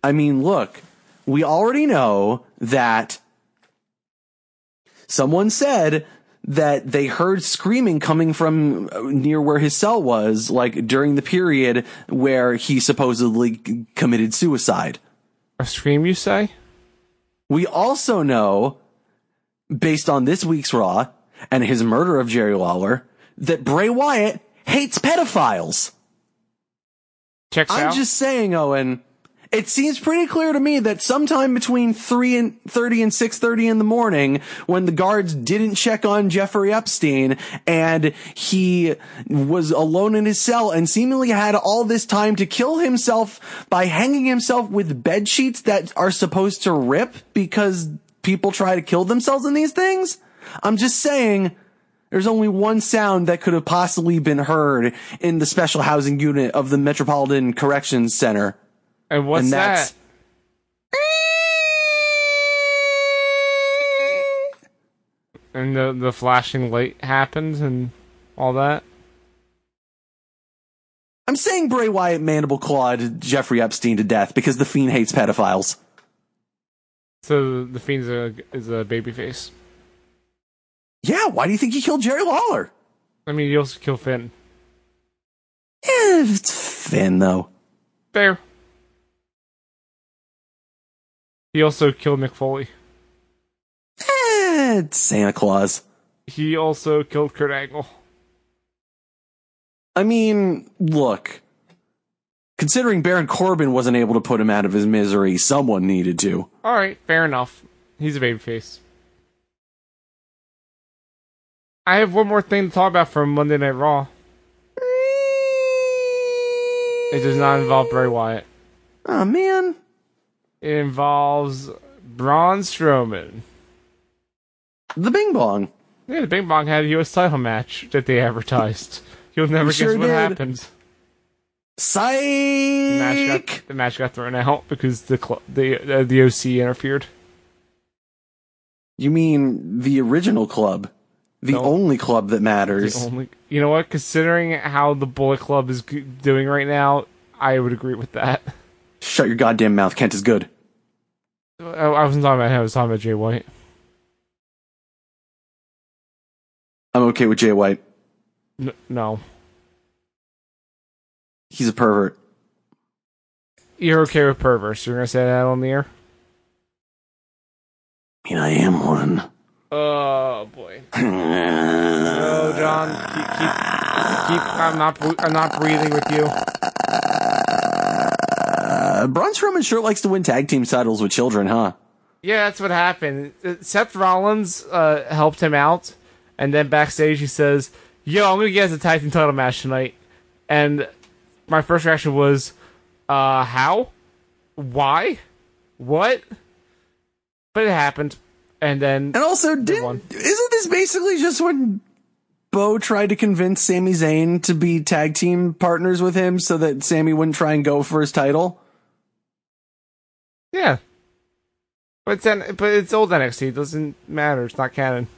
B: I mean, look, we already know that someone said that they heard screaming coming from uh, near where his cell was, like during the period where he supposedly c- committed suicide.
A: A scream, you say?
B: We also know, based on this week's Raw and his murder of Jerry Lawler, that Bray Wyatt hates pedophiles.
A: Checks
B: I'm
A: out.
B: just saying, Owen, It seems pretty clear to me that sometime between three and thirty and six thirty in the morning, when the guards didn't check on Jeffrey Epstein and he was alone in his cell and seemingly had all this time to kill himself by hanging himself with bed sheets that are supposed to rip because people try to kill themselves in these things. I'm just saying. There's only one sound that could have possibly been heard in the special housing unit of the Metropolitan Corrections Center.
A: And what's
B: And
A: that?
B: that's-
A: And the the flashing light happens and all that.
B: I'm saying Bray Wyatt mandible clawed Jeffrey Epstein to death because the fiend hates pedophiles.
A: So the fiend's a is a babyface.
B: Yeah, why do you think he killed Jerry Lawler?
A: I mean, you also kill Finn.
B: Eh, it's Finn though.
A: There. He also killed McFoley.
B: Eh, it's Santa Claus.
A: He also killed Kurt Angle.
B: I mean, look. Considering Baron Corbin wasn't able to put him out of his misery, someone needed to.
A: All right, fair enough. He's a babyface. I have one more thing to talk about from Monday Night Raw. It does not involve Bray Wyatt.
B: Oh man.
A: It involves Braun Strowman.
B: The Bing Bong.
A: Yeah, the Bing Bong had a U.S. title match that they advertised. You'll never guess
B: sure
A: what
B: did.
A: happened. The match,
B: Psych.
A: got, the match got thrown out because the cl- the uh, the OC interfered.
B: You mean the original club? The
A: No.
B: only club that
A: The
B: matters.
A: only, you know what? Considering how the Bullet Club is g- doing right now, I would agree with that.
B: Shut your goddamn mouth. Kent is good.
A: I, Oh, I wasn't talking about him. I was talking about Jay White.
B: I'm okay with Jay White.
A: N- no,
B: He's a pervert.
A: you're okay with perverse. You're gonna say that on the air?
B: I mean, I am one.
A: Oh boy. No, John. Keep, keep, keep. I'm not. bre- I'm not breathing with you.
B: Uh, Braun Strowman sure likes to win tag team titles with children, huh?
A: Yeah, that's what happened. Uh, Seth Rollins uh, helped him out, and then backstage he says, "Yo, I'm gonna get us a tag team title match tonight." And my first reaction was, "Uh, how? Why? What?" But it happened, and then
B: And also,
A: one.
B: didn't, isn't this basically just when Bo tried to convince Sami Zayn to be tag team partners with him so that Sammy wouldn't try and go for his title?
A: yeah. But then, but it's old NXT. It doesn't matter. It's not canon.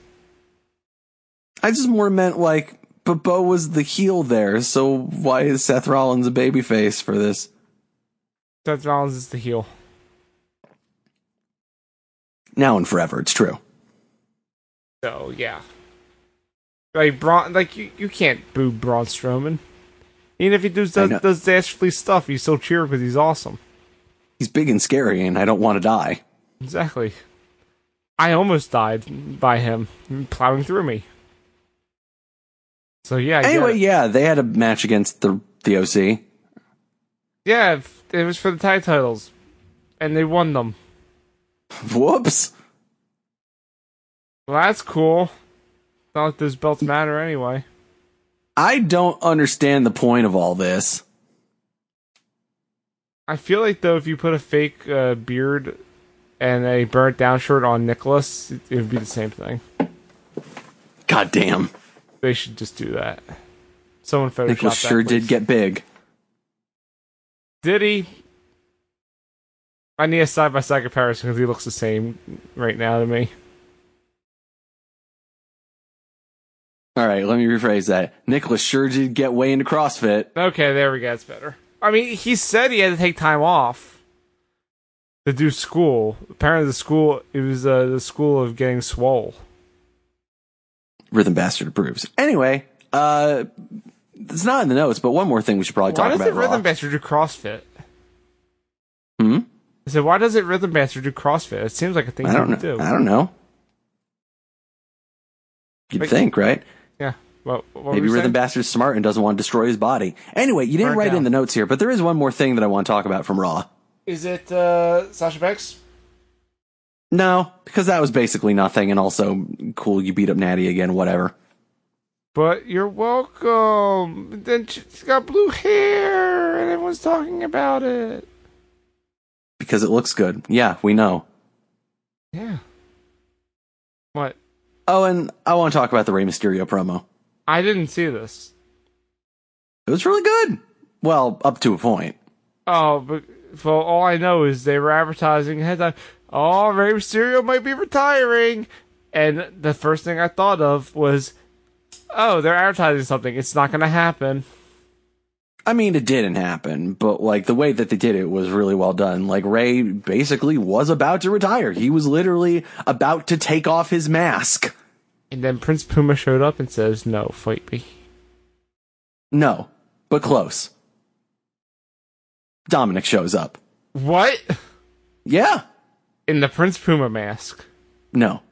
B: I just more meant like, but Bo was the heel there, so why is Seth Rollins a babyface for this?
A: Seth Rollins is the heel.
B: Now and forever, it's true.
A: So yeah, like Braun, like you, you can't boo Braun Strowman. Even if he does
B: I
A: does,
B: know.
A: does dastardly stuff, you still cheer because he's awesome.
B: He's big and scary, and I don't want to die.
A: Exactly. I almost died by him plowing through me. So yeah, I get
B: Anyway,
A: it.
B: yeah, they had a match against the the OC.
A: yeah, f- it was for the tag titles, and they won them.
B: Whoops.
A: Well, that's cool. Not that those belts matter anyway.
B: I don't understand the point of all this.
A: I feel like though, if you put a fake uh, beard and a burnt down shirt on Nicholas, it, it would be the same thing.
B: God damn.
A: They should just do that. Someone photoshopped
B: Nicholas
A: that,
B: sure did
A: please.
B: get big.
A: Did he? I need a side by side comparison because he looks the same right now to me.
B: All right, let me rephrase that. Nicholas sure did get way into CrossFit.
A: Okay, there we go. That's better. I mean, he said he had to take time off to do school. Apparently, the school it was uh, the school of getting swole.
B: Rhythm Bastard approves. Anyway, uh, it's not in the notes, but one more thing we should probably
A: Why
B: talk
A: does
B: about.
A: it rhythm
B: Raw.
A: bastard do CrossFit?
B: Hmm?
A: I said, why does it rhythm bastard do CrossFit? It seems like a thing
B: I
A: he
B: don't know.
A: would do.
B: I don't know. You'd
A: Like-
B: think, right?
A: Yeah. What, what were
B: Maybe
A: you
B: Rhythm
A: saying?
B: Bastard's smart and doesn't want to destroy his body. Anyway, you didn't
A: Burn
B: write
A: down.
B: in the notes here, but there is one more thing that I want to talk about from Raw.
A: Is it uh, Sasha Banks?
B: No, because that was basically nothing, and also cool. You beat up Natty again, whatever.
A: But you're welcome. And Then she's got blue hair, and everyone's talking about it.
B: Because it looks good. Yeah, we know.
A: Yeah. What?
B: Oh, and I want to talk about the Rey Mysterio promo.
A: I didn't see this.
B: It was really good. Well, up to a point.
A: Oh, but for all I know is they were advertising ahead of time. Oh, Rey Mysterio might be retiring, and the first thing I thought of was, oh, they're advertising something. It's not going to happen.
B: I mean, it didn't happen, but like the way that they did it was really well done. Like Ray basically was about to retire. He was literally about to take off his mask.
A: And then Prince Puma showed up and says, "No, fight me."
B: No, but close. Dominic shows up.
A: What?
B: Yeah.
A: In the Prince Puma mask,
B: No.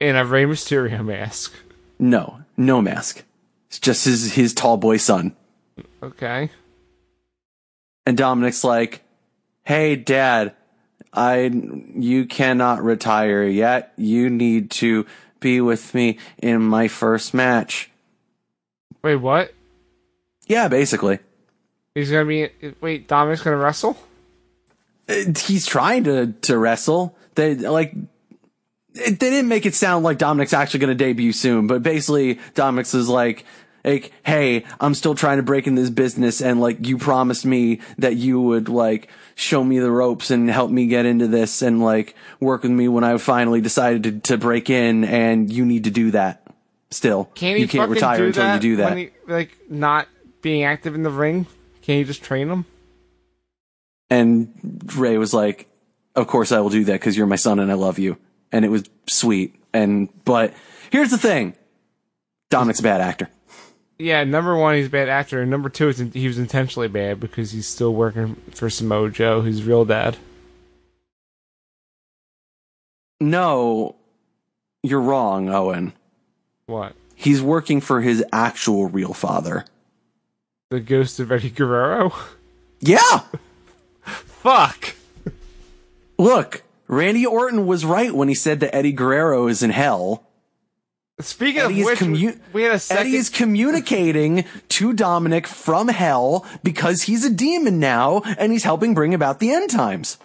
A: in a Rey Mysterio mask.
B: No. No mask. It's just his his tall boy son.
A: Okay.
B: And Dominic's like, "Hey, Dad, I you cannot retire yet. You need to be with me in my first match."
A: Wait, what?
B: Yeah, basically.
A: He's gonna be. Wait, Dominic's gonna wrestle?
B: Uh, He's trying to to wrestle. They like. It, they didn't make it sound like Dominic's actually going to debut soon, but basically Dominic's is like, like, hey, I'm still trying to break in this business, and like you promised me that you would like show me the ropes and help me get into this, and like work with me when I finally decided to, to break in, and you need to do that. Still,
A: Can he
B: you can't
A: fucking
B: retire
A: do
B: until
A: that
B: you do that.
A: When he, like not being active in the ring, can you just train him?
B: And Ray was like, "Of course I will do that because you're my son and I love you." And it was sweet. And but here's the thing: Dominic's a bad actor.
A: Yeah, number one, he's a bad actor, and number two, it's he was intentionally bad because he's still working for Samoa Joe, who's real dad.
B: No, you're wrong, Owen.
A: What?
B: He's working for his actual real father.
A: The ghost of Eddie Guerrero?
B: Yeah.
A: Fuck!
B: Look, Randy Orton was right when he said that Eddie Guerrero is in hell.
A: Speaking
B: Eddie
A: of
B: is
A: which,
B: commu-
A: we had a second.
B: Eddie is communicating to Dominic from hell because he's a demon now and he's helping bring about the end times.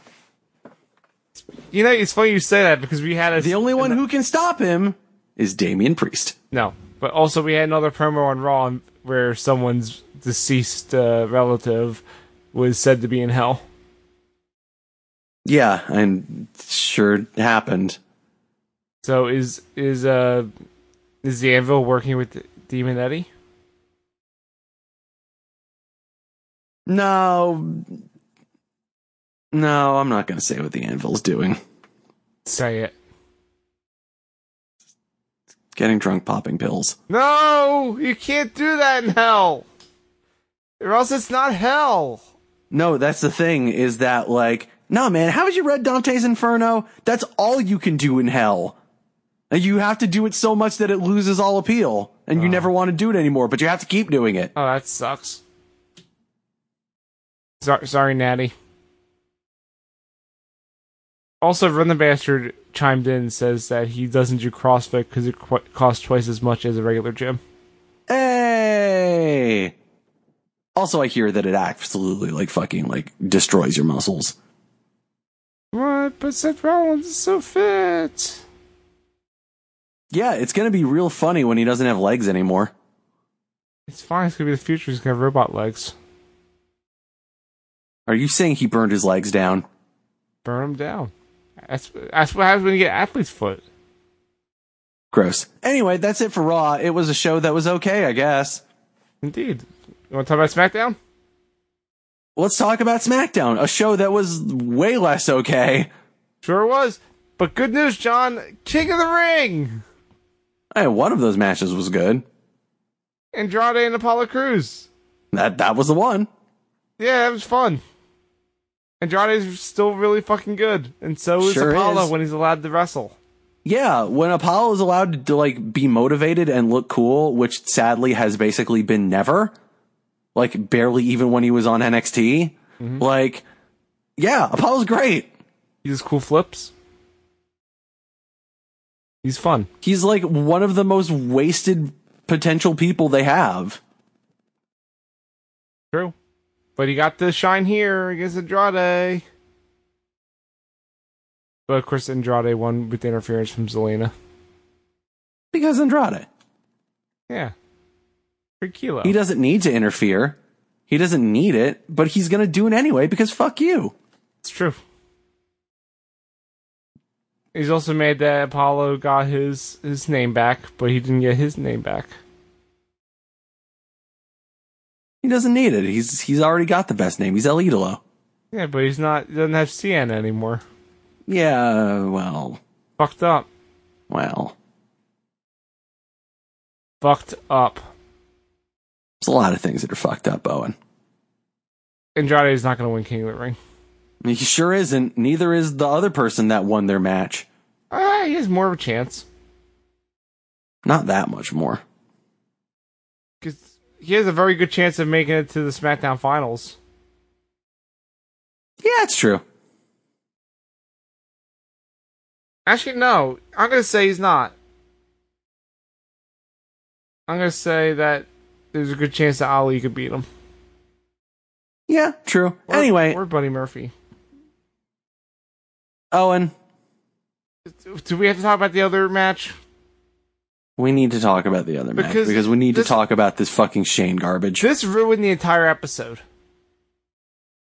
A: you know, it's funny you say that because we had a.
B: The only one who can stop him is Damian Priest.
A: No, but also we had another promo on Raw on- where someone's deceased uh, relative was said to be in hell.
B: Yeah, and sure happened.
A: So is is uh is the Anvil working with Demon Eddie?
B: No. No, I'm not going to say what the anvil's doing.
A: Say it.
B: Getting drunk, popping pills.
A: No, you can't do that in hell. Or else it's not hell.
B: No, that's the thing is that, like, no, man, haven't you read Dante's Inferno? That's all you can do in hell. And you have to do it so much that it loses all appeal, and you never want to do it anymore, but you have to keep doing it.
A: Oh, that sucks. Sorry, sorry, Natty. Also, Run the Bastard chimed in and says that he doesn't do CrossFit because it qu- costs twice as much as a regular gym.
B: Hey. Also, I hear that it absolutely like fucking like destroys your muscles.
A: What? But Seth Rollins is so fit.
B: Yeah, it's gonna be real funny when he doesn't have legs anymore.
A: It's fine. It's gonna be the future. He's gonna have robot legs.
B: Are you saying he burned his legs down?
A: Burn him down. That's that's what happens when you get athlete's foot.
B: Gross. Anyway, that's it for Raw. It was a show that was okay, I guess.
A: Indeed. You want to talk about SmackDown?
B: Let's talk about SmackDown, a show that was way less okay.
A: Sure was. But good news, John. King of the Ring.
B: Hey, one of those matches was good.
A: Andrade and Apollo Cruz.
B: That that was the one.
A: Yeah, that was fun. Andrade's still really fucking good, and so is
B: Sure
A: Apollo
B: is.
A: when he's allowed to wrestle.
B: Yeah, when Apollo is allowed to like be motivated and look cool, which sadly has basically been never, like barely even when he was on NXT, like yeah, Apollo's great.
A: He does cool flips. He's fun.
B: He's like one of the most wasted potential people they have.
A: True. But he got the shine here against Andrade. But of course, Andrade won with interference from Zelina.
B: Because Andrade.
A: Yeah. Free Kilo.
B: He doesn't need to interfere. He doesn't need it, but he's going to do it anyway because fuck you.
A: It's true. He's also made that Apollo got his his name back, but he didn't get his name back.
B: He doesn't need it. He's he's already got the best name. He's El Idolo.
A: Yeah, but he's not. He doesn't have CN anymore.
B: Yeah, well,
A: Fucked up.
B: well.
A: Fucked up.
B: There's a lot of things that are fucked up, Owen.
A: Andrade is not going to win King of the Ring.
B: He sure isn't. Neither is the other person that won their match.
A: Ah, he has more of a chance
B: Not that much more.
A: because he has a very good chance of making it to the SmackDown Finals.
B: Yeah, it's true.
A: Actually, no. I'm going to say he's not. I'm going to say that there's a good chance that Ali could beat him.
B: Yeah, true.
A: Or-
B: anyway,
A: or Buddy Murphy.
B: Owen,
A: Do we have to talk about the other match?
B: we need to talk about the other match
A: Because
B: because we need
A: this-
B: to talk about this fucking Shane garbage.
A: This ruined the entire episode.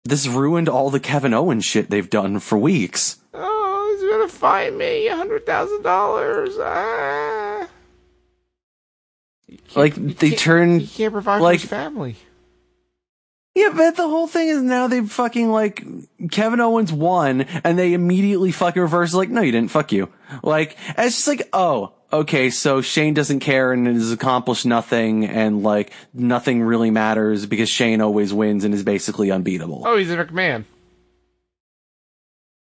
B: This ruined all the Kevin Owens shit they've done for weeks.
A: Oh, he's gonna find me a hundred thousand dollars. Ah.
B: Like
A: You
B: they
A: can't-
B: turned
A: You can't provide
B: like-
A: for his family.
B: Yeah, but the whole thing is now they fucking like Kevin Owens won and they immediately fucking reverse like, no, you didn't. Fuck you. Like, and it's just like, oh, okay. So Shane doesn't care and has accomplished nothing and like nothing really matters because Shane always wins and is basically unbeatable.
A: Oh, he's a McMahon.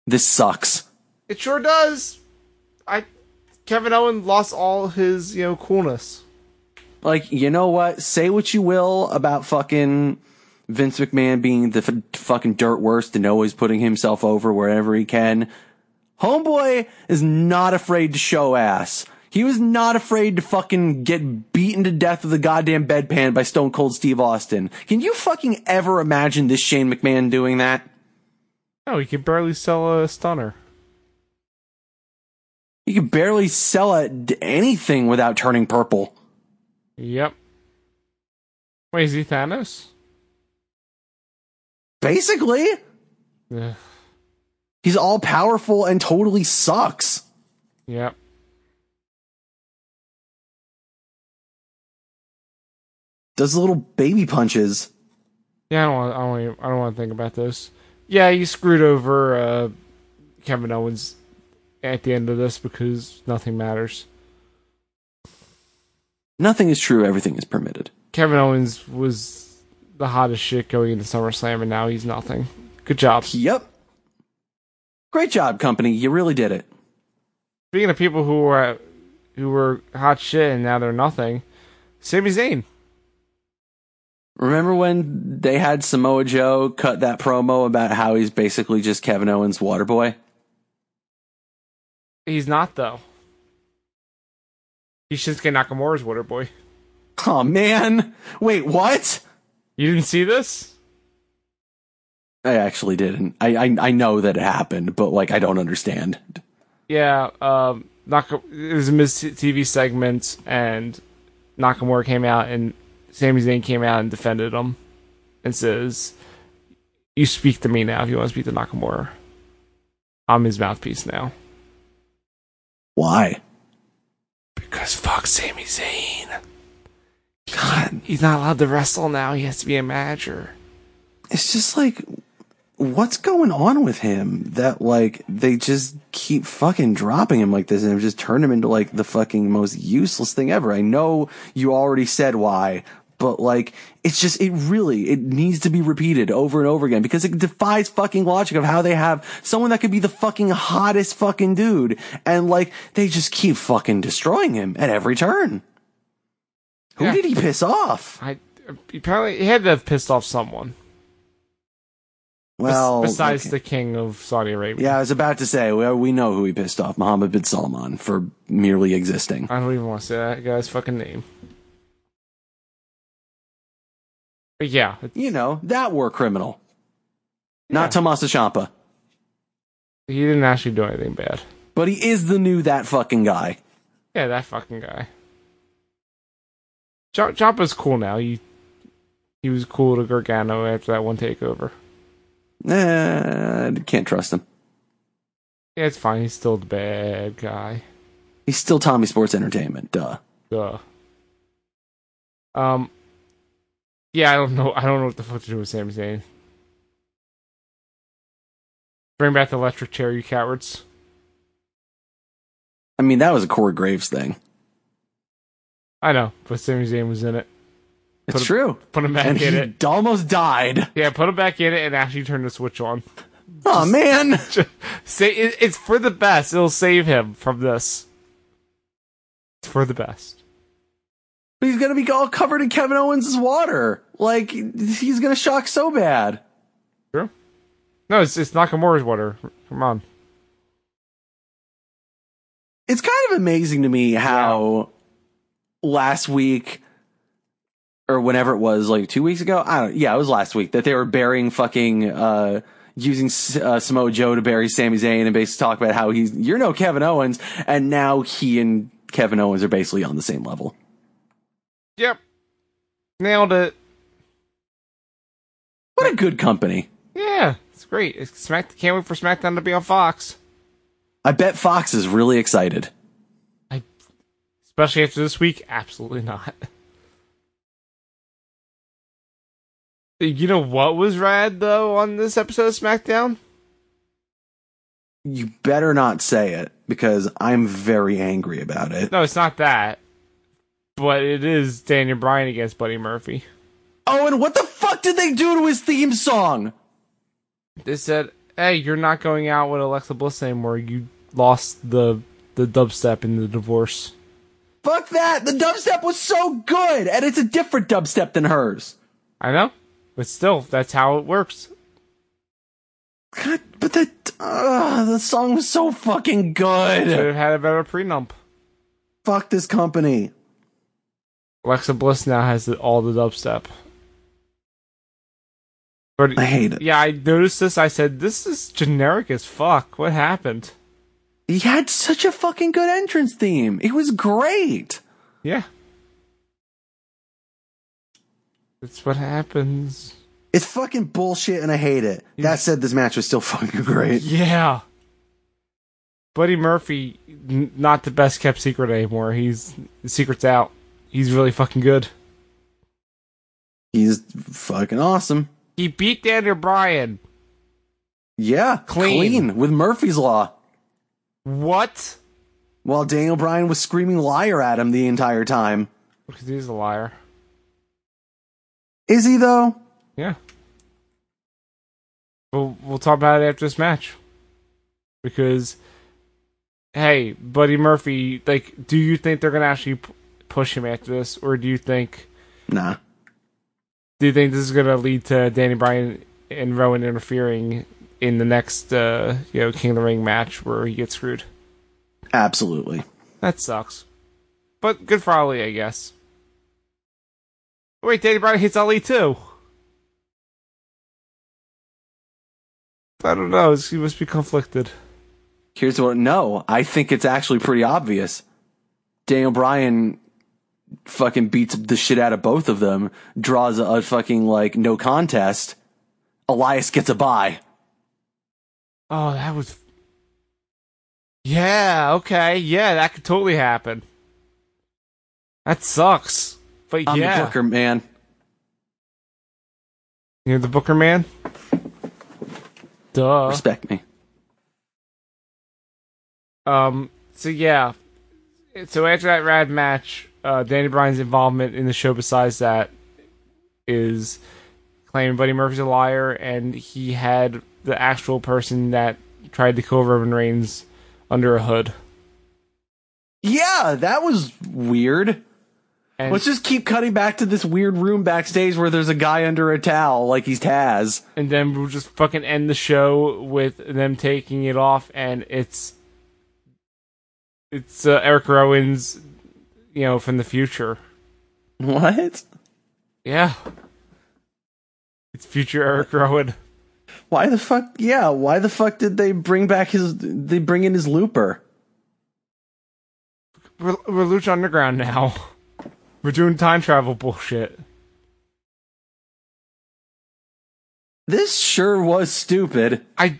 B: This sucks.
A: It sure does. I Kevin Owen lost all his you know coolness.
B: Like, you know what? Say what you will about fucking Vince McMahon being the f- fucking dirt worst and always putting himself over wherever he can. Homeboy is not afraid to show ass. He was not afraid to fucking get beaten to death with a goddamn bedpan by Stone Cold Steve Austin. Can you fucking ever imagine this Shane McMahon doing that?
A: No, Oh, he can barely sell a stunner.
B: You could barely sell it d- anything without turning purple.
A: Yep. Wait, is he Thanos?
B: Basically,
A: Ugh.
B: he's all powerful and totally sucks.
A: Yep.
B: Does little baby punches.
A: Yeah, I don't. Want, I don't. Even, I don't want to think about this. Yeah, you screwed over uh, Kevin Owens at the end of this because nothing matters.
B: Nothing is true. Everything is permitted.
A: Kevin Owens was the hottest shit going into SummerSlam, and now he's nothing. Good job.
B: Yep. Great job, company. You really did it.
A: Speaking of people who were who were hot shit and now they're nothing, Sami Zayn.
B: Remember when they had Samoa Joe cut that promo about how he's basically just Kevin Owens' water boy?
A: He's not though. He's Shinsuke Nakamura's water boy.
B: Oh man. Wait, what?
A: You didn't see this?
B: I actually didn't. I I, I know that it happened, but like I don't understand.
A: Yeah, um, Nak- it was a Miz TV segment, and Nakamura came out, and Sami Zayn came out and defended him, and says, "You speak to me now if you want to speak to Nakamura. I'm his mouthpiece now."
B: Why?
A: Because fuck Sami Zayn.
B: God,
A: He's not allowed to wrestle now. He has to be a manager.
B: it's just like what's going on with him that like they just keep fucking dropping him like this and have just turned him into like the fucking most useless thing ever. I know you already said why, but like it's just it really it needs to be repeated over and over again because it defies fucking logic of how they have someone that could be the fucking hottest fucking dude and like they just keep fucking destroying him at every turn. Who
A: Yeah.
B: did he piss off?
A: I apparently he had to have pissed off someone.
B: Well,
A: besides
B: okay.
A: the king of Saudi Arabia.
B: yeah, I was about to say we, we know who he pissed off, Mohammed bin Salman, for merely existing.
A: I don't even want to say that guy's fucking name. But yeah, it-
B: You know that war criminal, not
A: Yeah.
B: Tomasa Champa,
A: he didn't actually do anything bad.
B: but he is the new that fucking guy.
A: Yeah, that fucking guy. Ch- Ciampa's cool now. He he was cool to Gargano after that one takeover.
B: Eh, can't trust him.
A: Yeah, it's fine. He's still the bad guy.
B: He's still Tommy Sports Entertainment. Duh.
A: Duh. Um. Yeah, I don't know. I don't know what the fuck to do with Sami Zayn. Bring back the electric chair, you cowards.
B: I mean, that was a Corey Graves thing.
A: I know, but Sami Zayn was in it.
B: It's
A: him-
B: true.
A: Put him back
B: and
A: in
B: he
A: it.
B: almost died.
A: Yeah, put him back in it and actually turn the switch on.
B: Oh man.
A: Say it, it's for the best. It'll save him from this. It's for the best.
B: But he's gonna be all covered in Kevin Owens' water. Like he's gonna shock so bad.
A: True. No, it's it's Nakamura's water. Come on.
B: It's kind of amazing to me how last week or whenever it was, like two weeks ago. I don't. Yeah, it was last week that they were burying fucking. uh Using S- uh, Samoa Joe to bury Sami Zayn and basically talk about how he's you're no Kevin Owens, and now he and Kevin Owens are basically on the same level.
A: Yep. Nailed it.
B: What a good company!
A: Yeah, it's great. It's Smack can't wait for SmackDown to be on Fox.
B: I bet Fox is really excited.
A: I, especially after this week, absolutely not. You know what was rad though on this episode of SmackDown?
B: You better not say it because I'm very angry about it.
A: No, it's not that. But it is Daniel Bryan against Buddy Murphy.
B: Oh, and what the fuck did they do to his theme song?
A: They said, "Hey, you're not going out with Alexa Bliss anymore. You lost the the dubstep in the divorce."
B: Fuck that. The dubstep was so good, and it's a different dubstep than hers.
A: I know, but still, that's how it works.
B: God, but the uh, the song was so fucking
A: Should
B: good.
A: have had a better prenup.
B: Fuck this company.
A: Alexa Bliss now has the, all the dubstep. But
B: I hate it.
A: yeah, I noticed this. I said, "This is generic as fuck. What happened?"
B: He had such a fucking good entrance theme. It was great.
A: Yeah, that's what happens.
B: It's fucking bullshit, and I hate it. That said, this match was still fucking great.
A: Yeah. Buddy Murphy, n- not the best kept secret anymore. He's the secret's out. He's really fucking good.
B: He's fucking awesome.
A: He beat Daniel Bryan.
B: Yeah,
A: Clean.
B: clean with Murphy's Law.
A: What?
B: While Daniel Bryan was screaming liar at him the entire time.
A: Because he's a liar.
B: Is he though?
A: Yeah. We'll we'll talk about it after this match. Because, hey, Buddy Murphy, like, do you think they're gonna actually p- push him after this, or do you think
B: Nah.
A: do you think this is going to lead to Danny Bryan and Rowan interfering in the next uh, you know King of the Ring match where he gets screwed?
B: Absolutely.
A: That sucks. But good for Ali, I guess. Wait, Danny Bryan hits Ali too. I don't know. He must be conflicted.
B: Here's what no, I think it's actually pretty obvious. Daniel Bryan fucking beats the shit out of both of them, draws a, fucking like no contest. Elias gets a bye.
A: Oh, that was. Yeah. Okay. Yeah, that could totally happen. That sucks. But
B: I'm
A: yeah,
B: the booker, man.
A: You're the Booker man? Duh.
B: Respect me.
A: Um, so yeah. So after that rad match, uh, Danny Bryan's involvement in the show besides that is claiming Buddy Murphy's a liar and he had the actual person that tried to kill Roman Reigns under a hood.
B: Yeah, that was weird.
A: And
B: Let's just keep cutting back to this weird room backstage where there's a guy under a towel like he's Taz.
A: and then we'll just fucking end the show with them taking it off, and it's it's uh, Eric Rowan's, you know, from the future.
B: What?
A: Yeah, it's future Eric Rowan.
B: Why the fuck? Yeah, why the fuck did they bring back his? They bring in his looper.
A: We're, we're Lucha Underground now. We're doing time travel bullshit.
B: This sure was stupid.
A: I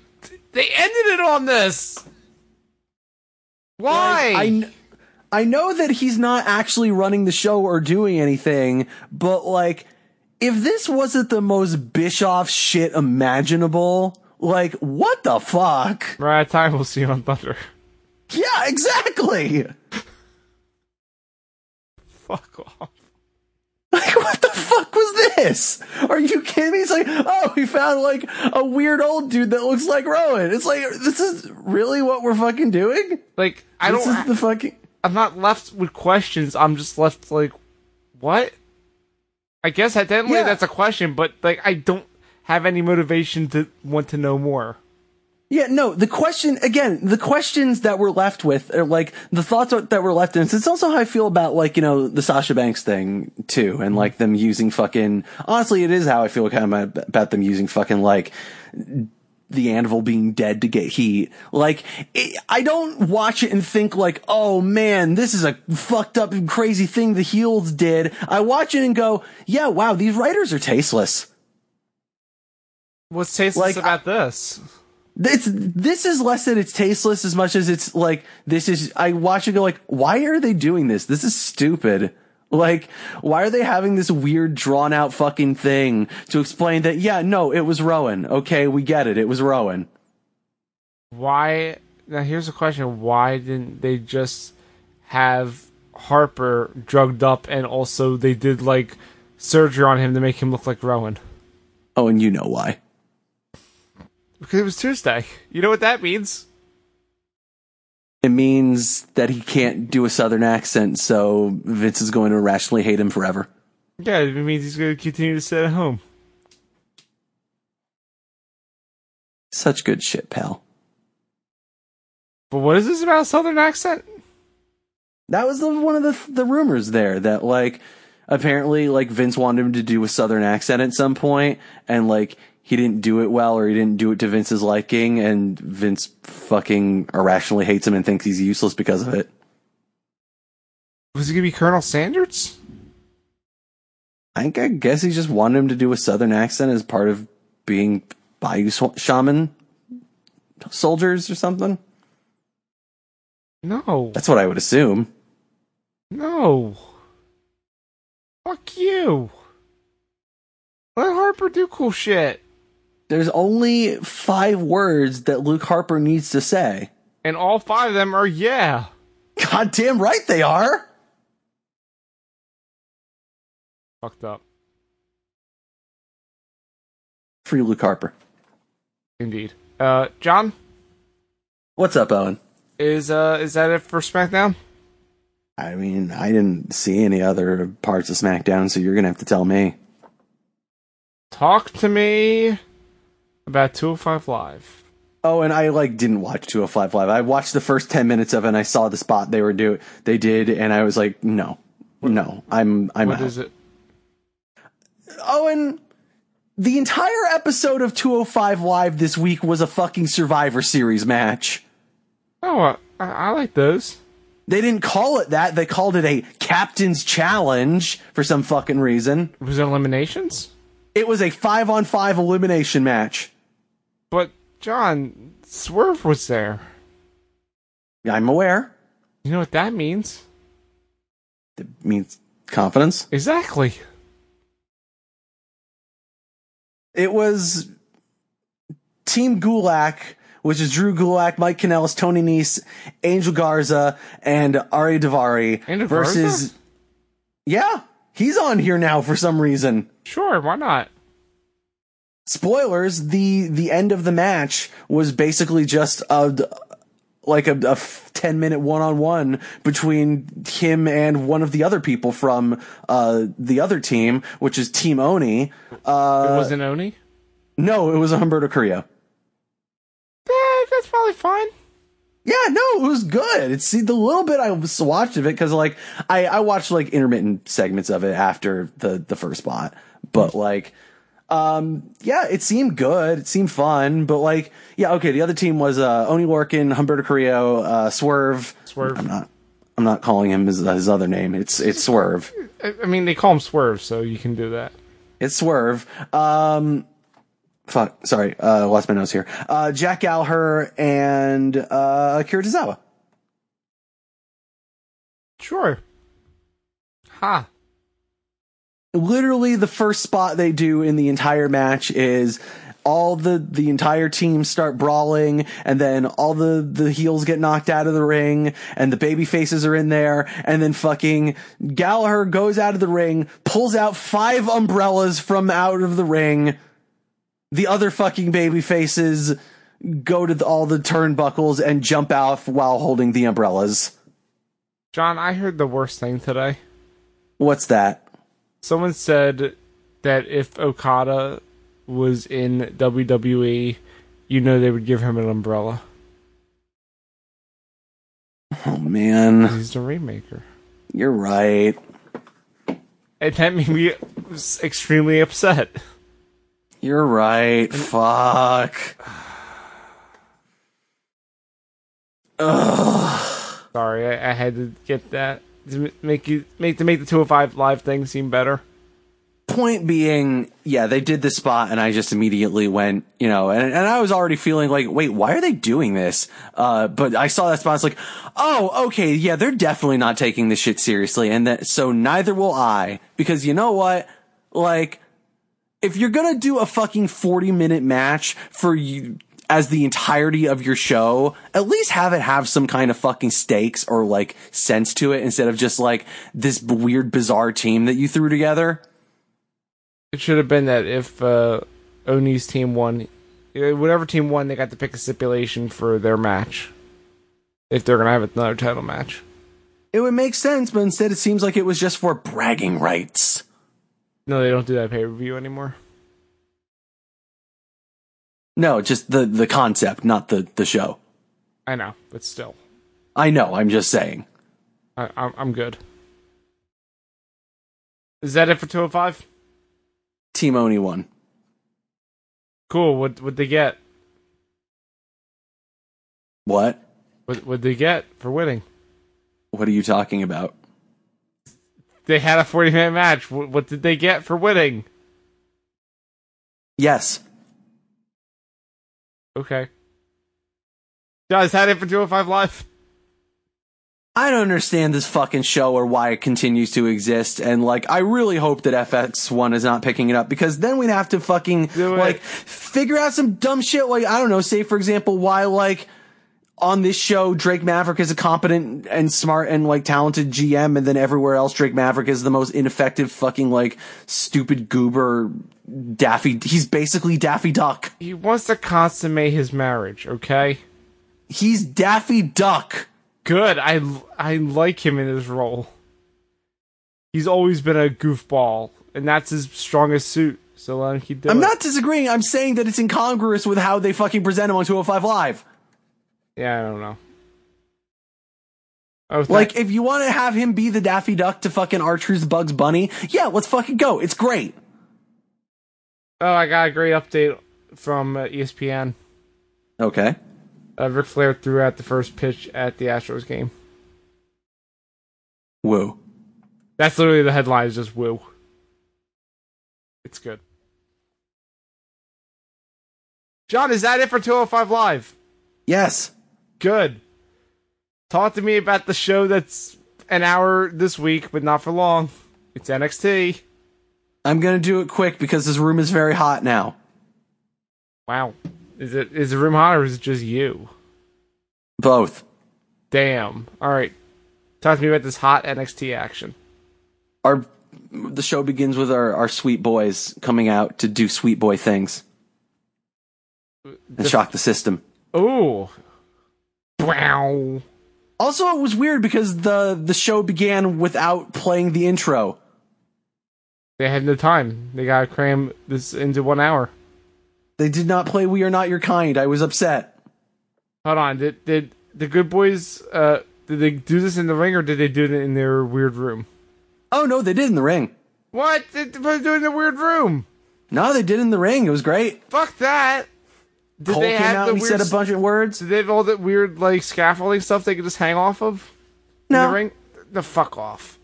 A: they ended it on this. Why?
B: I, kn- I know that he's not actually running the show or doing anything, but like, if this wasn't the most Bischoff shit imaginable, like, what the fuck?
A: We're out of time. We'll see you on Thunder.
B: Yeah, exactly.
A: Fuck off.
B: Like, what the fuck was this? Are you kidding me? It's like, oh, we found like a weird old dude that looks like Rowan. It's like, this is really what we're fucking doing?
A: Like I
B: This
A: don't.
B: is the fucking.
A: I'm not left with questions. I'm just left like, what? I guess technically
B: Yeah.
A: that's a question, but like I don't have any motivation to want to know more.
B: Yeah, no, the question, again, the questions that we're left with are like the thoughts that we're left in. It's also how I feel about like, you know, the Sasha Banks thing too. And like them using fucking, honestly, it is how I feel kind of about them using fucking like the anvil being dead to get heat. Like, it, I don't watch it and think like, oh man, this is a fucked up and crazy thing the heels did. I watch it and go, yeah, wow, these writers are tasteless.
A: What's tasteless
B: Like,
A: about this?
B: It's this is less that it's tasteless as much as it's like this is I watch it go like why are they doing this? This is stupid. Like why are they having this weird drawn out fucking thing to explain that yeah no it was Rowan. Okay, we get it. It was Rowan.
A: Why? Now here's a question: Why didn't they just have Harper drugged up, and also they did like surgery on him to make him look like Rowan?
B: Oh, and you know why.
A: Because it was Tuesday. You know what that means?
B: It means that he can't do a southern accent, so Vince is going to irrationally hate him forever.
A: Yeah, it means he's going to continue to sit at home.
B: Such good shit, pal.
A: But what is this about a southern accent?
B: That was the, one of the the rumors there that like apparently like Vince wanted him to do a southern accent at some point and like he didn't do it well or he didn't do it to Vince's liking and Vince fucking irrationally hates him and thinks he's useless because of it.
A: Was it going to be Colonel Sanders?
B: I think I guess he just wanted him to do a southern accent as part of being Bayou sw- shaman soldiers or something.
A: No.
B: That's what I would assume.
A: No. Fuck you. Let Harper do cool shit.
B: There's only five words that Luke Harper needs to say.
A: And all five of them are yeah.
B: Goddamn right they are.
A: Fucked up.
B: Free Luke Harper.
A: Indeed. Uh, John,
B: What's up, Owen?
A: is uh, is that it for SmackDown?
B: I mean, I didn't see any other parts of SmackDown, so you're gonna have to tell me.
A: Talk to me about 205 Live.
B: Oh, and I like didn't watch 205 Live. I watched the first 10 minutes of it and I saw the spot they were do they did and I was like, "No. No. I'm I'm
A: What
B: out."
A: is it?
B: Owen, the entire episode of 205 Live this week was a fucking Survivor series match.
A: Oh, uh, I, I like those.
B: They didn't call it that. They called it a captain's challenge for some fucking reason.
A: Was it eliminations?
B: It was a 5 on 5 elimination match.
A: But John, Swerve was there.
B: I'm aware.
A: You know what that means?
B: That means confidence.
A: Exactly.
B: It was Team Gulak, which is Drew Gulak, Mike Kanellis, Tony Nese, Angel Garza, and Ari Davari
A: Angel
B: versus.
A: Garza?
B: Yeah, he's on here now for some reason.
A: Sure, why not?
B: Spoilers: the the end of the match was basically just a like a, a f- 10 minute one on one between him and one of the other people from uh, the other team, which is Team Oni.
A: it
B: Uh,
A: wasn't Oni.
B: no, it was a Humberto Carrillo.
A: Eh, that's probably fine.
B: Yeah, no, it was good. It's see, the little bit I was- watched of it because like I I watched like intermittent segments of it after the the first spot, but like um yeah, it seemed good. It seemed fun, but like yeah, okay. The other team was uh, Oni Lorkin, Humberto Carrillo, uh, Swerve.
A: Swerve.
B: I'm not. I'm not calling him his, his other name. It's it's Swerve.
A: I, I mean, they call him Swerve, so you can do that.
B: It's Swerve. Um, fuck. Sorry, uh, lost my nose here. Uh, Jack Alher and uh, Akira Tozawa.
A: Sure. Ha.
B: literally the first spot they do in the entire match is all the the entire team start brawling and then all the the heels get knocked out of the ring and the baby faces are in there and then fucking Gallagher goes out of the ring pulls out five umbrellas from out of the ring the other fucking baby faces go to the, all the turnbuckles and jump off while holding the umbrellas
A: John, I heard the worst thing today.
B: what's that
A: Someone said that if Okada was in WWE, you know they would give him an umbrella.
B: oh man
A: He's the Rainmaker.
B: you're right
A: And that made me s- extremely upset.
B: You're right. Fuck. Ugh.
A: Sorry, I, I had to get that to m- make you make to make the 205 live thing seem better.
B: Point being, yeah, they did this spot, and I just immediately went, you know, and, and I was already feeling like, wait, why are they doing this? Uh, but I saw that spot, I was like, oh, okay, yeah, they're definitely not taking this shit seriously, and that so neither will I, because you know what, like, if you're gonna do a fucking 40 minute match for you as the entirety of your show, at least have it have some kind of fucking stakes or like sense to it instead of just like this b- weird bizarre team that you threw together.
A: It should have been that if uh, Oni's team won, uh, whatever team won, they got to pick a stipulation for their match. If they're gonna have another title match,
B: It would make sense, but instead it seems like it was just for bragging rights.
A: no, they don't do that pay per view anymore.
B: No, just the the concept, not the the show.
A: I know, but still,
B: I know, I'm just saying.
A: I, I'm, I'm good. Is that it for 205?
B: Team Oni won.
A: Cool. What would they get?
B: What?
A: What would they get for winning?
B: What are you talking about?
A: They had a 40 minute match. What, what did they get for winning?
B: Yes.
A: Okay. Guys, that it for 205 Live?
B: I don't understand this fucking show or why it continues to exist. And like, I really hope that FX1 is not picking it up because then we'd have to fucking
A: Do it.
B: like figure out some dumb shit. Like, I don't know, say for example, why like on this show, Drake Maverick is a competent and smart and like talented GM. And then everywhere else, Drake Maverick is the most ineffective fucking like stupid goober Daffy. He's basically Daffy Duck.
A: He wants to consummate his marriage, okay?
B: He's Daffy Duck.
A: Good. I, I like him in his role. He's always been a goofball, and that's his strongest suit. So let him keep doing
B: I'm
A: it.
B: not disagreeing. I'm saying that it's incongruous with how they fucking present him on 205 Live.
A: Yeah, I don't know. Oh, th-
B: Like, if you want to have him be the Daffy Duck to fucking Archer's Bugs Bunny, yeah, let's fucking go. It's great.
A: oh, I got a great update from uh, ESPN.
B: Okay.
A: Uh, Ric Flair threw out the first pitch at the Astros game.
B: Woo.
A: That's literally the headline. Is just woo. It's good. John, is that it for 205 Live?
B: Yes.
A: Good. Talk to me about the show that's an hour this week, but not for long. It's NXT.
B: I'm going to do it quick because this room is very hot now.
A: Wow. Is it is the room hot or is it just you?
B: Both.
A: Damn. All right. Talk to me about this hot NXT action.
B: Our the show begins with our, our sweet boys coming out to do sweet boy things and shock the system.
A: Ooh. Wow.
B: Also, it was weird because the the show began without playing the intro.
A: They had no time. They gotta cram this into one hour.
B: They did not play "We Are Not Your Kind." I was upset.
A: Hold on. Did did the good boys? Uh, did they do this in the ring or did they do it in their weird room?
B: Oh no, they did in the ring.
A: What? They they put it in the weird room.
B: No, they did in the ring. It was great.
A: Fuck that. Did
B: Cole
A: they
B: came
A: have
B: out
A: the
B: and he
A: weird?
B: said a bunch of words.
A: did they have all that weird like scaffolding stuff they could just hang off of? In
B: No,
A: the ring. The fuck off.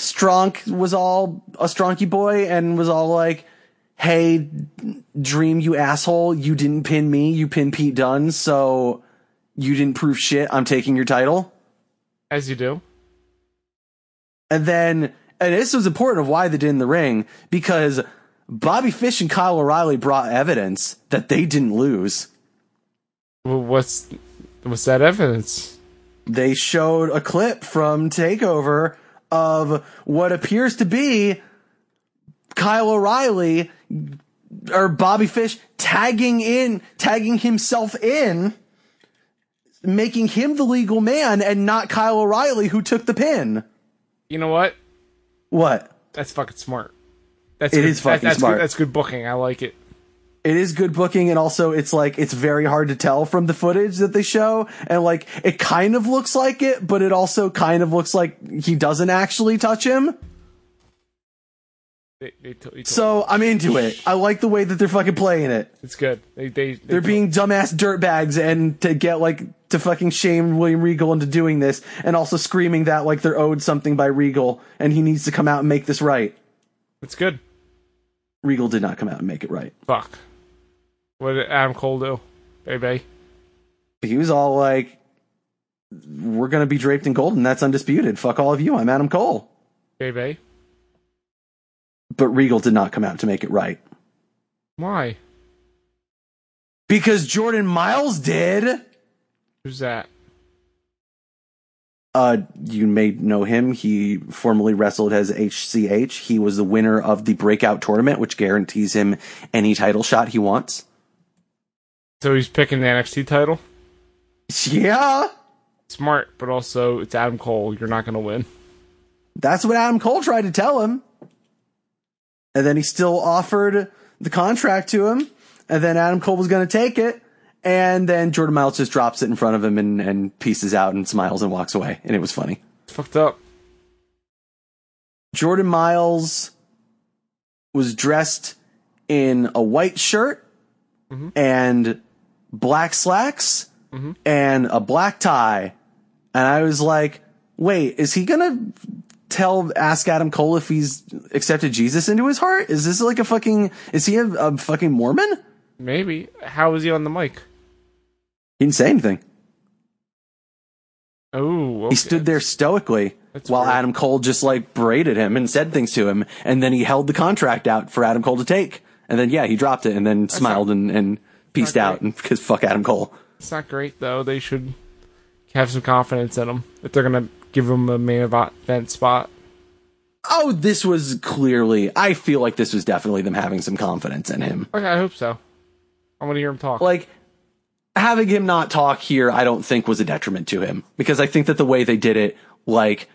B: Stronk was all a Stronky boy and was all like, "Hey, Dream, you asshole! You didn't pin me. You pinned Pete Dunne, so you didn't prove shit. I'm taking your title."
A: As you do.
B: And then, and this was important of why they did in the ring because Bobby Fish and Kyle O'Reilly brought evidence that they didn't lose.
A: Well, what's what's that evidence?
B: They showed a clip from Takeover of what appears to be Kyle O'Reilly or Bobby Fish tagging in, tagging himself in, making him the legal man and not Kyle O'Reilly who took the pin.
A: You know what?
B: What?
A: That's fucking smart. That's
B: It
A: good.
B: is fucking
A: that's
B: smart.
A: Good, that's good booking. I like it.
B: it is good booking and also it's like it's very hard to tell from the footage that they show and like it kind of looks like it but it also kind of looks like he doesn't actually touch him
A: They, they to- they to-
B: so i'm into it i like the way that they're fucking playing it
A: it's good. They they, they
B: they're
A: to-
B: being dumbass dirtbags and to get like to fucking shame william regal into doing this and also screaming that like they're owed something by regal and he needs to come out and make this right
A: It's good.
B: regal did not come out and make it right
A: Fuck. What did Adam Cole do? Bay Bay.
B: he was all like we're gonna be draped in gold and that's undisputed fuck all of you i'm adam cole
A: Bay Bay.
B: but Regal did not come out to make it right
A: Why?
B: because Jordan Miles did.
A: Who's that?
B: Uh, you may know him. He formerly wrestled as HCH. He was the winner of the breakout tournament, which guarantees him any title shot he wants.
A: So he's picking the NXT title.
B: Yeah,
A: Smart, but also it's Adam Cole. You're not gonna win.
B: that's what Adam Cole tried to tell him. And then he still offered the contract to him. And then Adam Cole was going to take it. And then Jordan Miles just drops it in front of him and, and pieces out and smiles and walks away. And it was funny.
A: It's fucked up.
B: Jordan Miles was dressed in a white shirt and black slacks and a black tie. And I was like, wait, is he going to tell, ask Adam Cole if he's accepted Jesus into his heart? Is this like a fucking, is he a, a fucking Mormon?
A: Maybe. How was he on the mic?
B: He didn't say anything.
A: Oh, okay.
B: He stood there stoically
A: That's
B: while
A: weird.
B: Adam Cole just like berated him and said things to him. And then he held the contract out for Adam Cole to take. And then, yeah, he dropped it and then smiled and, and peaced
A: not
B: out and because fuck Adam Cole.
A: It's not great though. They should have some confidence in him if they're gonna give him a main event spot.
B: Oh, this was clearly, I feel like this was definitely them having some confidence in him.
A: Okay, I hope so. I want to hear him talk.
B: Like, having him not talk here, I don't think was a detriment to him because I think that the way they did it, like,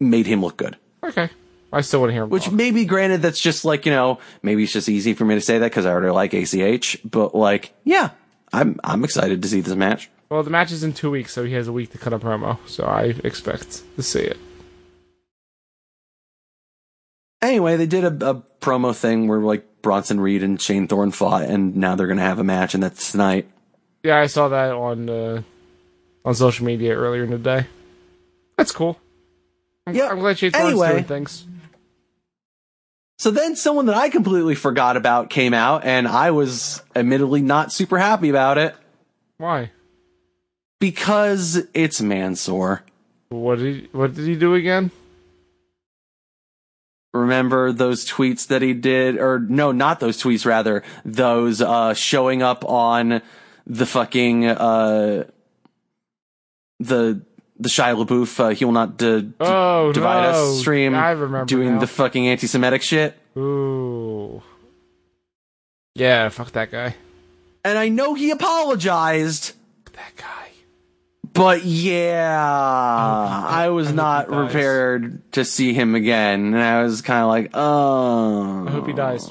B: made him look good.
A: okay, I still want to hear him.
B: Which
A: talk.
B: maybe, granted, that's just like, you know, maybe it's just easy for me to say that because I already like ACH, but like, yeah, I'm, I'm excited to see this match.
A: Well, the match is in two weeks, so he has a week to cut a promo. So I expect to see it.
B: Anyway, they did a, a promo thing where like Bronson Reed and Shane Thorne fought and now they're going to have a match and that's tonight.
A: Yeah, I saw that on uh, on social media earlier in the day. That's cool. I'm,
B: Yeah,
A: I'm glad Shane Thorne's
B: anyway.
A: doing things.
B: So then someone that I completely forgot about came out and I was admittedly not super happy about it
A: Why?
B: because it's Mansoor.
A: What did he, what did he do again?
B: remember those tweets that he did or no not those tweets rather those uh showing up on the fucking uh the the Shia LaBeouf uh, he will not di- di-
A: Oh, no.
B: divide us stream
A: I remember
B: doing
A: now.
B: the fucking anti-Semitic shit
A: Ooh. Yeah, fuck that guy.
B: and I know he apologized
A: That guy.
B: But yeah, I was not
A: dies.
B: prepared to see him again, and I was kind of like, oh.
A: I hope he dies.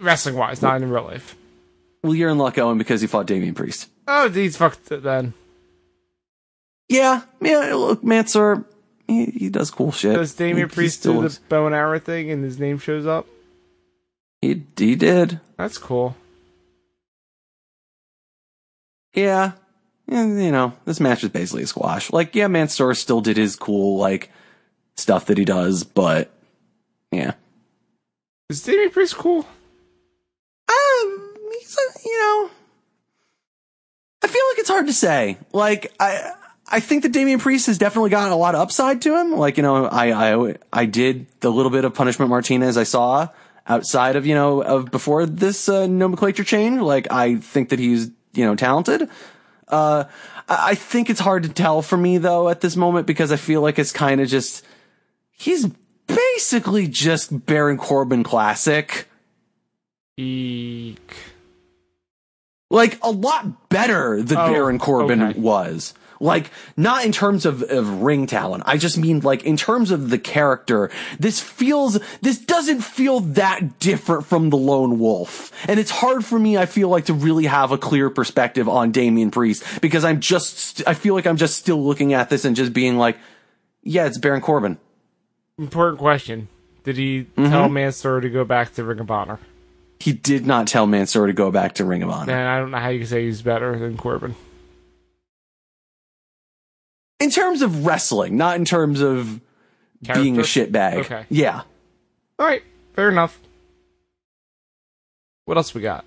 A: Wrestling wise, not in real life.
B: Well, you're in luck, Owen, because he fought Damien Priest.
A: Oh, he's fucked it then.
B: Yeah, yeah. Look, Mansoor, he, he does cool shit.
A: Does Damien
B: He- he
A: Priest
B: still
A: do the
B: looks-
A: bow and arrow thing and his name shows up?
B: He he did.
A: That's cool.
B: Yeah. And, you know, this match was basically a squash. Like, yeah, Mansoor still did his cool like stuff that he does, but yeah.
A: Is Damien Priest cool?
B: Um, he's a, you know, I feel like it's hard to say. Like I, I think that Damian Priest has definitely gotten a lot of upside to him. Like you know, I I I did the little bit of Punishment Martinez I saw outside of you know of before this uh, nomenclature change. Like I think that he's you know talented. Uh, I I think it's hard to tell for me though at this moment because I feel like it's kind of just he's basically just Baron Corbin classic.
A: Eek.
B: like a lot better than
A: Oh,
B: Baron Corbin
A: okay.
B: was. Like not in terms of, of ring talent. I just mean like in terms of the character. This feels this doesn't feel that different from the Lone Wolf. And it's hard for me I feel like to really have a clear perspective on Damian Priest because I'm just I feel like I'm just still looking at this and just being like yeah, it's Baron Corbin.
A: Important question. Did he
B: Mm-hmm.
A: tell Mansoor to go back to Ring of Honor?
B: He did not tell Mansoor to go back to Ring of Honor.
A: And I don't know how you can say he's better than Corbin.
B: In terms of wrestling, not in terms of being a
A: Character?
B: shitbag.
A: Okay.
B: Yeah.
A: All right, fair enough. What else we got?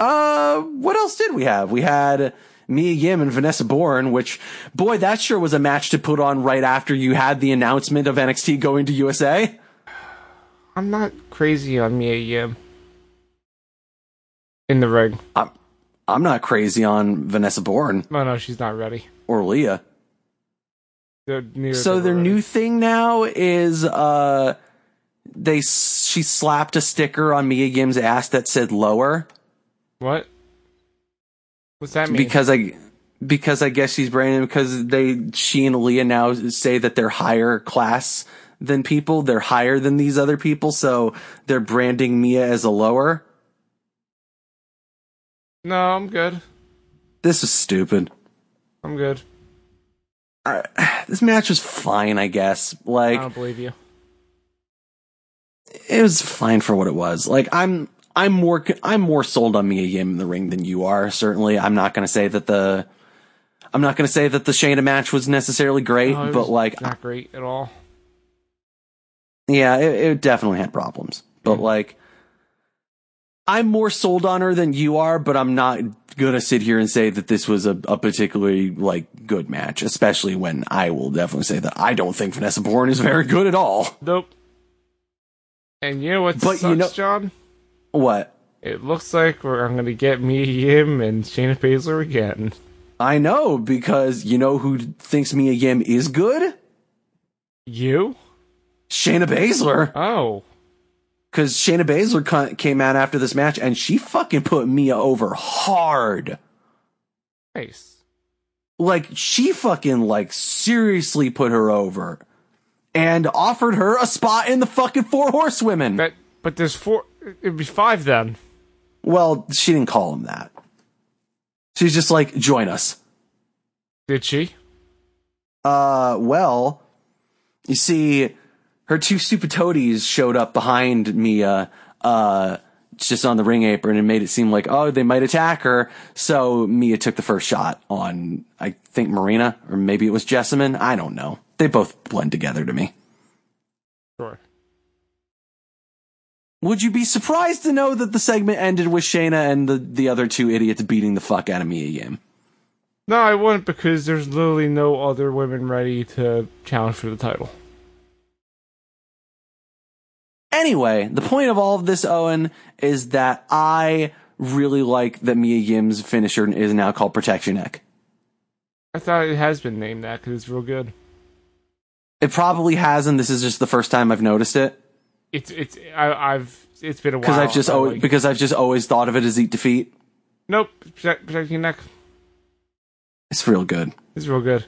B: Uh, what else did we have? We had Mia Yim and Vanessa Bourne, which, boy, that sure was a match to put on right after you had the announcement of NXT going to USA.
A: I'm not crazy on Mia Yim in the ring.
B: I'm, I'm not crazy on Vanessa Bourne
A: Oh no, she's not ready.
B: or Leah.
A: They're neither
B: So
A: of them
B: their
A: are ready.
B: new thing now is, uh, they, s- she slapped a sticker on Mia Yim's ass that said lower
A: what? What's that mean?
B: because I, because I guess she's branded because they, she and Leah now say that they're higher class than people. They're higher than these other people. So they're branding Mia as a lower.
A: no, I'm good.
B: This is stupid.
A: I'm good.
B: This match was fine, I guess. Like,
A: I don't believe you.
B: it was fine for what it was. Like I'm I'm more I'm more sold on Mia Yim in the ring than you are. Certainly, I'm not going to say that the I'm not going to say that the Shayna match was necessarily great,
A: No, it
B: but
A: was
B: like
A: not great at all.
B: yeah, it, it definitely had problems. But like I'm more sold on her than you are, but I'm not going to sit here and say that this was a, a particularly like good match, especially when I will definitely say that I don't think Vanessa Bourne is very good at all.
A: Nope. And you know what
B: But you
A: sucks,
B: know-
A: John?
B: What?
A: It looks like we're I'm gonna get Mia Yim and Shayna Baszler again.
B: I know because you know who thinks Mia Yim is good?
A: You?
B: Shayna Baszler.
A: Oh.
B: Because Shayna Baszler ca- came out after this match and she fucking put Mia over hard.
A: Nice.
B: Like she fucking like seriously put her over and offered her a spot in the fucking Four Horsewomen.
A: That but there's four it'd be five then.
B: Well, she didn't call him that. She's just like, join us.
A: Did she?
B: Uh, well, you see, her two stupid toadies showed up behind Mia, uh, just on the ring apron and made it seem like, oh, they might attack her. So Mia took the first shot on, I think, Marina, or maybe it was Jessamine. I don't know. They both blend together to me.
A: Sure.
B: Would you be surprised to know that the segment ended with Shayna and the, the other two idiots beating the fuck out of Mia Yim?
A: No, I wouldn't because there's literally no other women ready to challenge for the title.
B: Anyway, the point of all of this, Owen, is that I really like that Mia Yim's finisher is now called Protection Neck.
A: I thought it has been named that because it's real good.
B: It probably has, and this is just the first time I've noticed it
A: It's it's I, I've it's been a while.
B: because I've just
A: I
B: always
A: like-
B: because I've just always thought of it as Eat Defeat.
A: nope protect, protect your neck.
B: It's real good.
A: It's real good.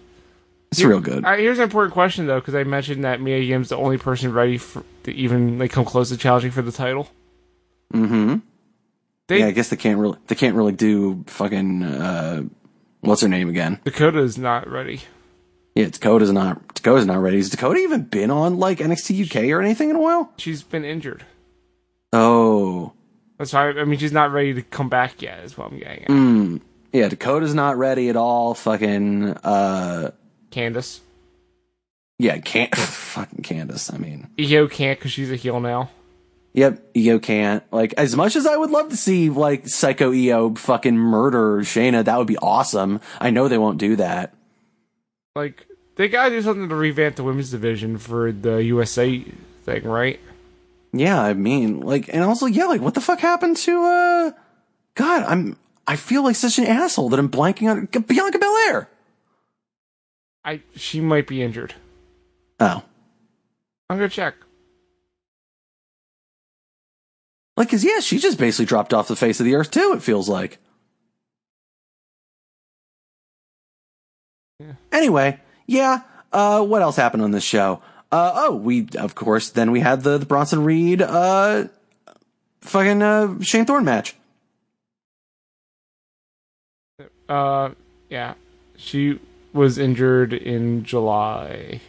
B: It's real good.
A: All right, here's an important question though, because I mentioned that Mia Yim's the only person ready for, to even like come close to challenging for the title. Mm-hmm. They,
B: Mm-hmm. yeah, I guess they can't really they can't really do fucking uh, what's her name again?
A: Dakota is not ready.
B: Yeah, Dakota's not Dakota's not ready. Has Dakota even been on like NXT UK or anything in a while?
A: She's been injured.
B: Oh,
A: That's why I mean she's not ready to come back yet. Is what I'm getting at.
B: yeah, Dakota's not ready at all. Fucking uh,
A: Candace,
B: yeah, can't fucking Candace. I mean,
A: Io can't because she's a heel now.
B: Yep, EO can't. Like, as much as I would love to see, like, Psycho EO fucking murder Shayna, that would be awesome. I know they won't do that.
A: Like they gotta do something to revamp the women's division for the USA thing, right?
B: Yeah, I mean, like, and also, yeah, like, what the fuck happened to, uh, God, I'm, I feel like such an asshole that I'm blanking on Bianca Belair.
A: I she might be injured.
B: Oh.
A: I'm gonna check.
B: Like, cause yeah, she just basically dropped off the face of the earth too, it feels like. Anyway, yeah, uh, what else happened on this show? Uh, oh, we, of course, then we had the, the Bronson Reed, uh, fucking, uh, Shane Thorne match.
A: Uh, yeah, she was injured in July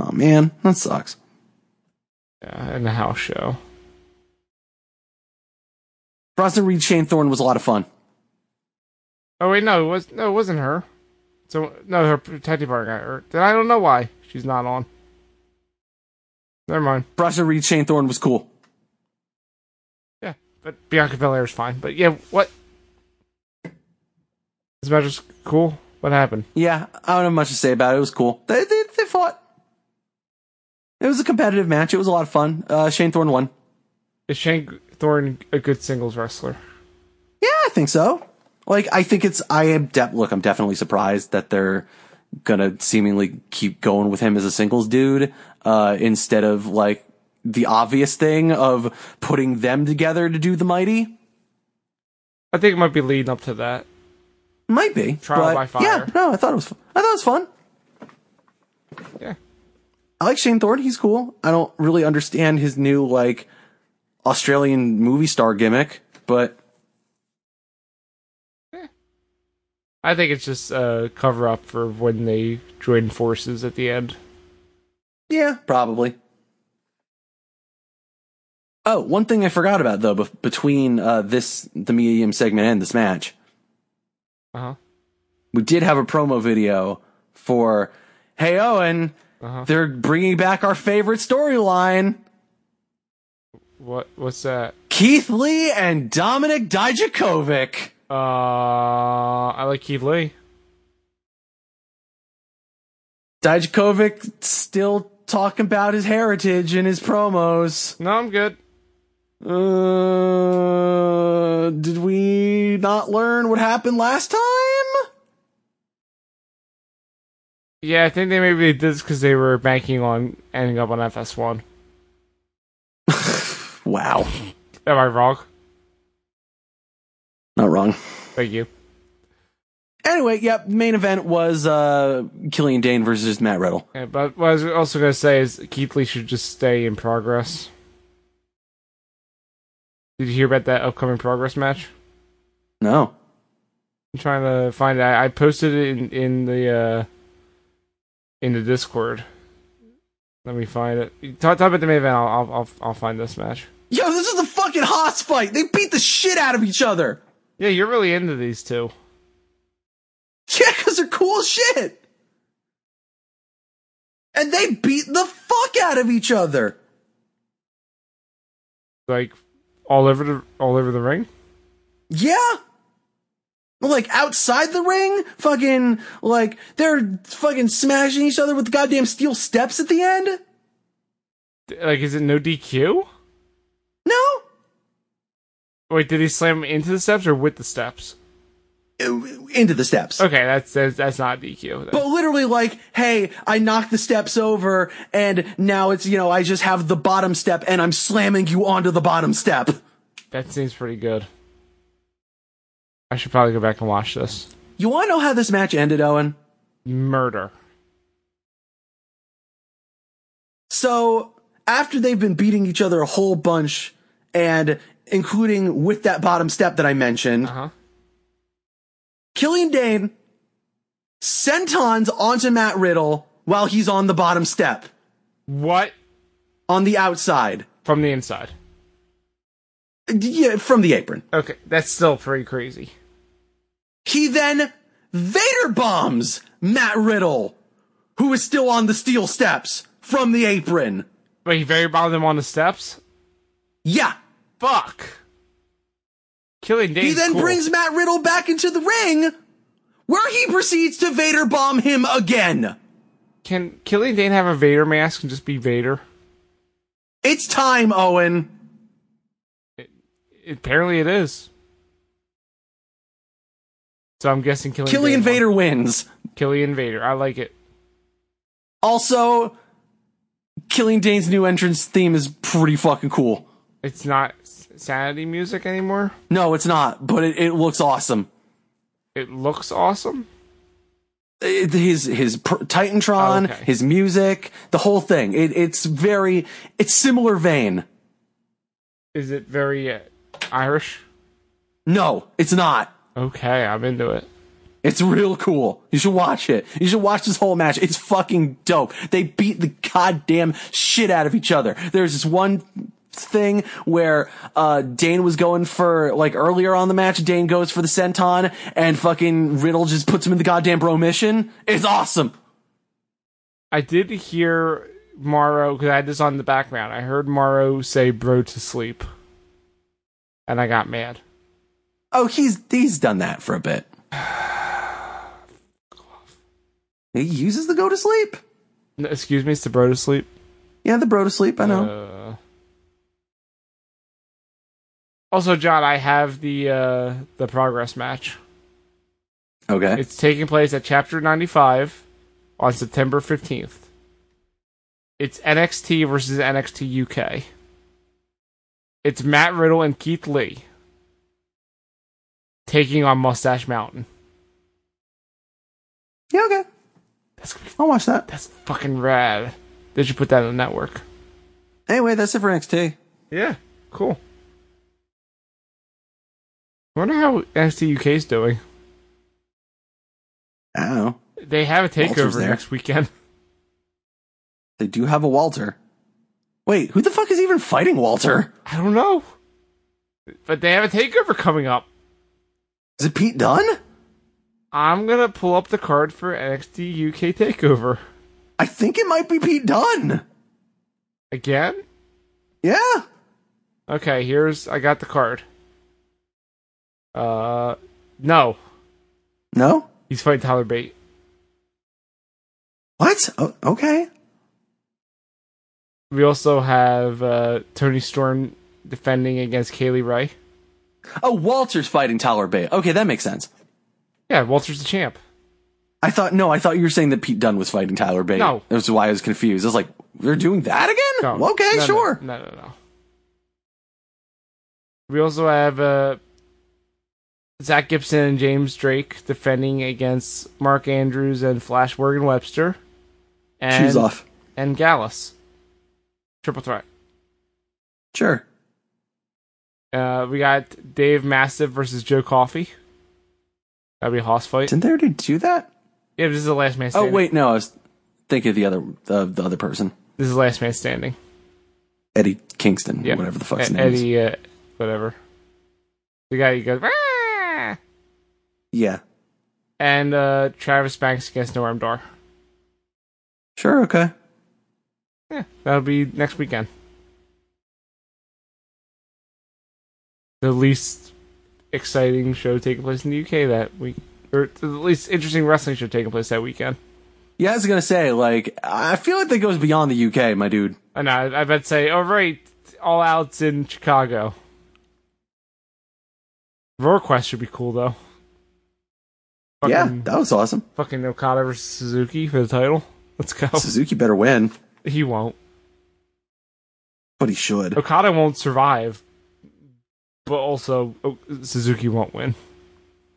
B: Oh man, that sucks.
A: yeah, in a house show.
B: Bronson Reed, Shane Thorne was a lot of fun.
A: Oh wait, no, it was no, it wasn't her. So no, her protective partner got hurt. Then I don't know why she's not on. Never mind.
B: Bronson Reed, Shane Thorne was cool.
A: Yeah, but Bianca Belair's fine. But yeah, what? This match was cool. What happened?
B: Yeah, I don't have much to say about it. It was cool. They, they, they fought. It was a competitive match. It was a lot of fun. Uh, Shane Thorne won.
A: Is Shane Thorne a good singles wrestler?
B: Yeah, I think so. Like, I think it's, I am, de- look, I'm definitely surprised that they're gonna seemingly keep going with him as a singles dude, uh, instead of like the obvious thing of putting them together to do the mighty.
A: I think it might be leading up to that.
B: Might be.
A: Trial
B: but
A: by fire.
B: Yeah, no, I thought it was, fu- I thought it was fun.
A: Yeah.
B: I like Shane Thorne. He's cool. I don't really understand his new, like, Australian movie star gimmick, but
A: I think it's just a cover up for when they join forces at the end.
B: Yeah, probably. Oh, one thing I forgot about though, bef- between uh, this the medium segment and this match,
A: Uh huh.
B: we did have a promo video for "Hey Owen,
A: Uh-huh.
B: they're bringing back our favorite storyline:
A: What? What's that?
B: Keith Lee and Dominic Dijakovic."
A: Uh, I like Keith Lee.
B: Dijakovic still talking about his heritage in his promos.
A: No, I'm good.
B: Uh, did we not learn what happened last time?
A: Yeah, I think they maybe did this because they were banking on ending up on FS1.
B: Wow.
A: Am I wrong?
B: Not wrong.
A: Thank you.
B: Anyway, yep, main event was uh Killian Dane versus Matt Riddle.
A: Yeah, but what I was also gonna say is Keith Lee should just stay in progress. Did you hear about that upcoming progress match?
B: No.
A: I'm trying to find out. I posted it in in the uh, in the Discord. Let me find it. Talk, talk about the main event. I'll, I'll I'll I'll find this match.
B: Yo, this is a fucking Haas fight. They beat the shit out of each other.
A: Yeah, you're really into these two.
B: Yeah, because they're cool as shit. And they beat the fuck out of each other.
A: Like all over the all over the ring.
B: Yeah. Like outside the ring, fucking like they're fucking smashing each other with goddamn steel steps at the end.
A: Like, is it no DQ?
B: No,
A: Wait, did he slam into the steps or with the steps?
B: Uh, into the steps.
A: Okay, that's that's, that's not DQ.
B: But
A: That's,
B: literally, like, hey, I knocked the steps over, and now it's, you know, I just have the bottom step, and I'm slamming you onto the bottom step.
A: that seems pretty good. I should probably go back and watch this.
B: You want to know how this match ended, Owen?
A: Murder.
B: So after they've been beating each other a whole bunch, and including with that bottom step that I mentioned,
A: Uh-huh.
B: Killian Dane sentons onto Matt Riddle while he's on the bottom step
A: What
B: on the outside,
A: from the inside?
B: yeah, from the apron.
A: Okay, that's still pretty crazy.
B: He then Vader bombs Matt Riddle, who is still on the steel steps from the apron.
A: But he very bombed him on the steps.
B: Yeah.
A: Fuck. Killing Dane.
B: He then
A: cool.
B: brings Matt Riddle back into the ring, where he proceeds to Vader bomb him again.
A: Can Killing Dane have a Vader mask and just be Vader?
B: It's time, Owen.
A: Apparently, it is. So I'm guessing Killing
B: Killian
A: Dane won.
B: Vader wins.
A: Killian Vader. I like it.
B: Also, Killian Dane's new entrance theme is pretty fucking cool.
A: It's not s- sanity music anymore.
B: No, it's not, but it, it looks awesome.
A: It looks awesome.
B: It- his his pr- Titantron,
A: Oh, okay.
B: his music, the whole thing. It, it's very it's similar vein.
A: Is it very uh, Irish?
B: No, it's not.
A: Okay, I'm into it.
B: It's real cool. You should watch it. You should watch this whole match. It's fucking dope. They beat the goddamn shit out of each other. There's this one thing where uh Dane was going for like earlier on the match, Dane goes for the senton and fucking Riddle just puts him in the goddamn bro mission. It's awesome.
A: I did hear Morrow because I had this on the background. I heard Morrow say "bro" to sleep, and I got mad.
B: Oh, he's he's done that for a bit. He uses the go to sleep.
A: N- Excuse me, it's the bro to sleep.
B: Yeah, the bro to sleep, I know.
A: Uh, also, John, I have the uh, the progress match.
B: okay.
A: It's taking place at Chapter 95 on September 15th. It's NXT versus NXT UK. It's Matt Riddle and Keith Lee taking on Mustache Mountain.
B: yeah, okay.
A: That's gonna be-
B: I'll watch that.
A: that's fucking rad. They should put that on the network.
B: Anyway, that's it for NXT.
A: Yeah, cool. Wonder how NXT UK is doing.
B: I don't know.
A: They have a
B: Walter's
A: takeover
B: there.
A: next weekend.
B: They do have a Walter. Wait, who the fuck is even fighting Walter?
A: I don't know, but they have a takeover coming up.
B: Is it Pete Dunn?
A: I'm gonna pull up the card for NXT UK Takeover
B: I think it might be Pete Dunn.
A: again.
B: Yeah.
A: Okay, here's I got the card. Uh, no,
B: No?
A: he's fighting Tyler Bate.
B: What? O- okay.
A: We also have uh, Tony Storm defending against Kaylee Ray.
B: Oh, Walter's fighting Tyler Bay. Okay, that makes sense.
A: Yeah, Walter's the champ.
B: I thought no, I thought you were saying that Pete Dunn was fighting Tyler Bay.
A: No.
B: That's why I was confused. I was like, they're doing that again?
A: No,
B: Well, okay,
A: no, no,
B: sure.
A: No, no, no. We also have uh, Zach Gibson and James Drake defending against Mark Andrews and Flash Morgan Webster. And
B: Shoes off.
A: and Gallus. Triple threat.
B: Sure.
A: Uh, we got Dave Massive versus Joe Coffey. That'd be a hoss fight.
B: Didn't they already do that?
A: Yeah, this is the last man
B: Oh
A: standing.
B: wait, no, I was thinking of the other of the other person.
A: This is the last man standing.
B: Eddie Kingston,
A: Yeah.
B: whatever the fuck's
A: E-
B: name is.
A: Eddie, uh, whatever. The guy who goes, "Rah!"
B: Yeah.
A: and uh, Travis Banks against Norm Dar.
B: Sure, okay.
A: Yeah, that'll be next weekend. The least exciting show taking place in the UK that week. Or the least interesting wrestling show taking place that weekend.
B: Yeah, I was gonna say, like, I feel like that goes beyond the UK, my dude.
A: And Uh, I, I bet say, oh right, all outs in Chicago. RoarQuest should be cool though. Fucking,
B: yeah, that was awesome.
A: fucking Okada versus Suzuki for the title. Let's go.
B: Suzuki better win,
A: He won't.
B: but he should.
A: Okada won't survive, but also oh, Suzuki won't win.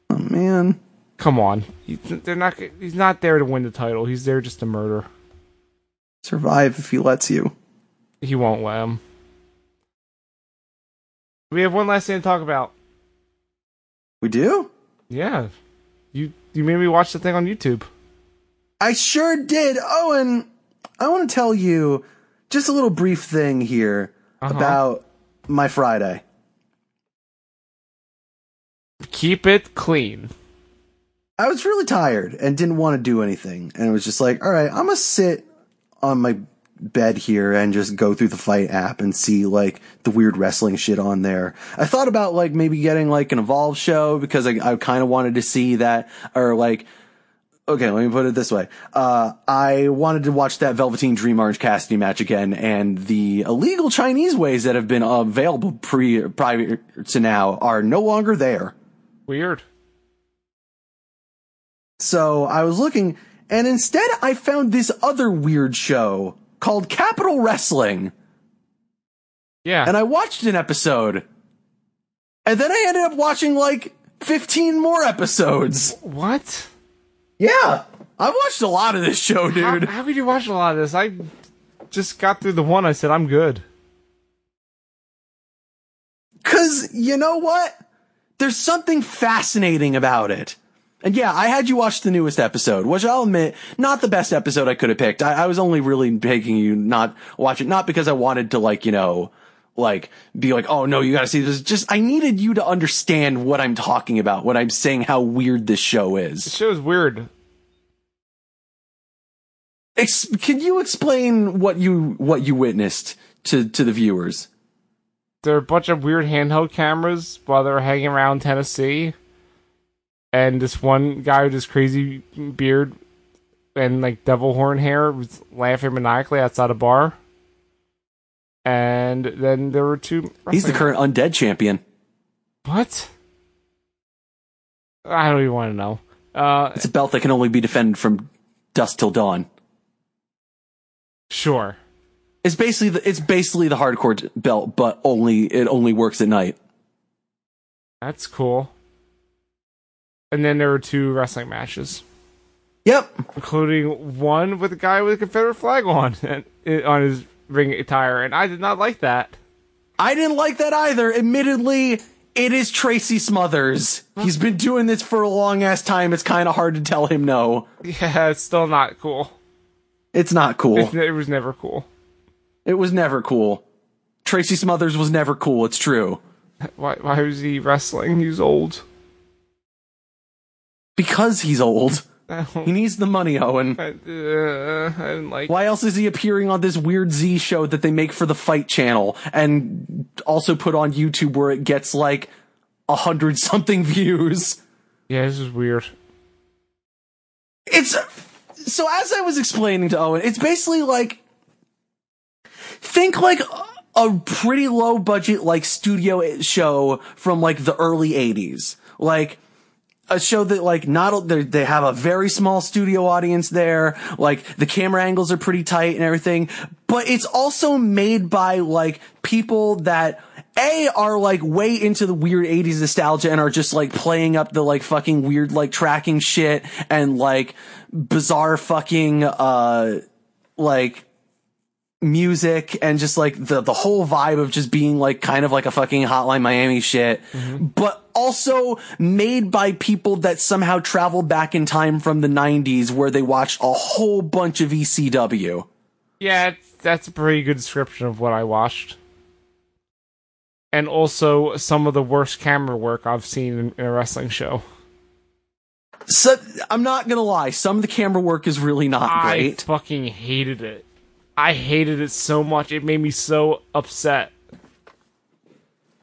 B: Oh man,
A: Come on, He- they're not. He's not there to win the title. He's there just to murder.
B: Survive if he lets you.
A: He won't let him. We have one last thing to talk about.
B: We do?
A: Yeah, you you made me watch the thing on YouTube.
B: I sure did. Owen, I want to tell you just a little brief thing here
A: Uh-huh.
B: about my Friday.
A: Keep it clean.
B: I was really tired and didn't want to do anything. And it was just like, all right, I'm going to sit on my bed here and just go through the fight app and see like the weird wrestling shit on there. I thought about like maybe getting like an Evolve show because I, I kind of wanted to see that or like, okay, let me put it this way. Uh, I wanted to watch that Velveteen Dream Orange Cassidy match again and the illegal Chinese ways that have been available pre, prior to now are no longer there.
A: Weird.
B: So I was looking, and instead I found this other weird show called Capital Wrestling,
A: Yeah.
B: and I watched an episode. And then I ended up watching like 15 more episodes.
A: what?
B: Yeah. I watched a lot of this show,
A: How,
B: dude.
A: how could you watch a lot of this? I just got through the one. I said I'm good.
B: Cause you know what? There's something fascinating about it. And yeah, I had you watch the newest episode, which I'll admit, not the best episode I could have picked. I, I was only really begging you not watch it, not because I wanted to like, you know, like be like, oh no, you gotta see this. Just, I needed you to understand what I'm talking about, what I'm saying, how weird this show is.
A: Show's weird.
B: Ex- can you explain what you, what you witnessed to, to the viewers?
A: there are a bunch of weird handheld cameras while they were hanging around Tennessee, and this one guy with his crazy beard and like devil horn hair was laughing maniacally outside a bar. And then there were two.
B: He's
A: wrestling-
B: the current undead champion.
A: What? I don't even want to know. Uh,
B: It's a belt that can only be defended from dusk till dawn.
A: sure.
B: It's basically the, it's basically the hardcore belt, but only it only works at night.
A: That's cool. And then there were two wrestling matches.
B: Yep.
A: including one with a guy with a Confederate flag on and, on his ring attire, and I did not like that.
B: I didn't like that either. Admittedly, it is Tracy Smothers. He's been doing this for a long ass time. It's kind of hard to tell him no.
A: Yeah, it's still not cool.
B: It's not cool.
A: It's, it was never cool.
B: It was never cool. Tracy Smothers was never cool. It's true.
A: Why? Why was he wrestling? He's old.
B: Because he's old.
A: I don't-
B: He needs the money, Owen.
A: I, uh, I didn't like.
B: Why else is he appearing on this weird Z show that they make for the Fight Channel and also put on YouTube where it gets like a hundred something views?
A: Yeah, this is weird.
B: it's so as I was explaining to Owen, it's basically like think like a- a pretty low budget like studio show from like the early 80s. Like a show that like not they they have a very small studio audience there. Like the camera angles are pretty tight and everything, but it's also made by like people that a are like way into the weird 80s nostalgia and are just like playing up the like fucking weird like tracking shit and like bizarre fucking uh like music and just like the the whole vibe of just being like kind of like a fucking hotline Miami shit, but also made by people that somehow traveled back in time from the 90s where they watched a whole bunch of E ECW.
A: Yeah, it's, that's a pretty good description of what I watched. And also some of the worst camera work I've seen in, in a wrestling show.
B: So I'm not gonna lie, some of the camera work is really not
A: I
B: great.
A: fucking hated it. I hated it so much. It made me so upset.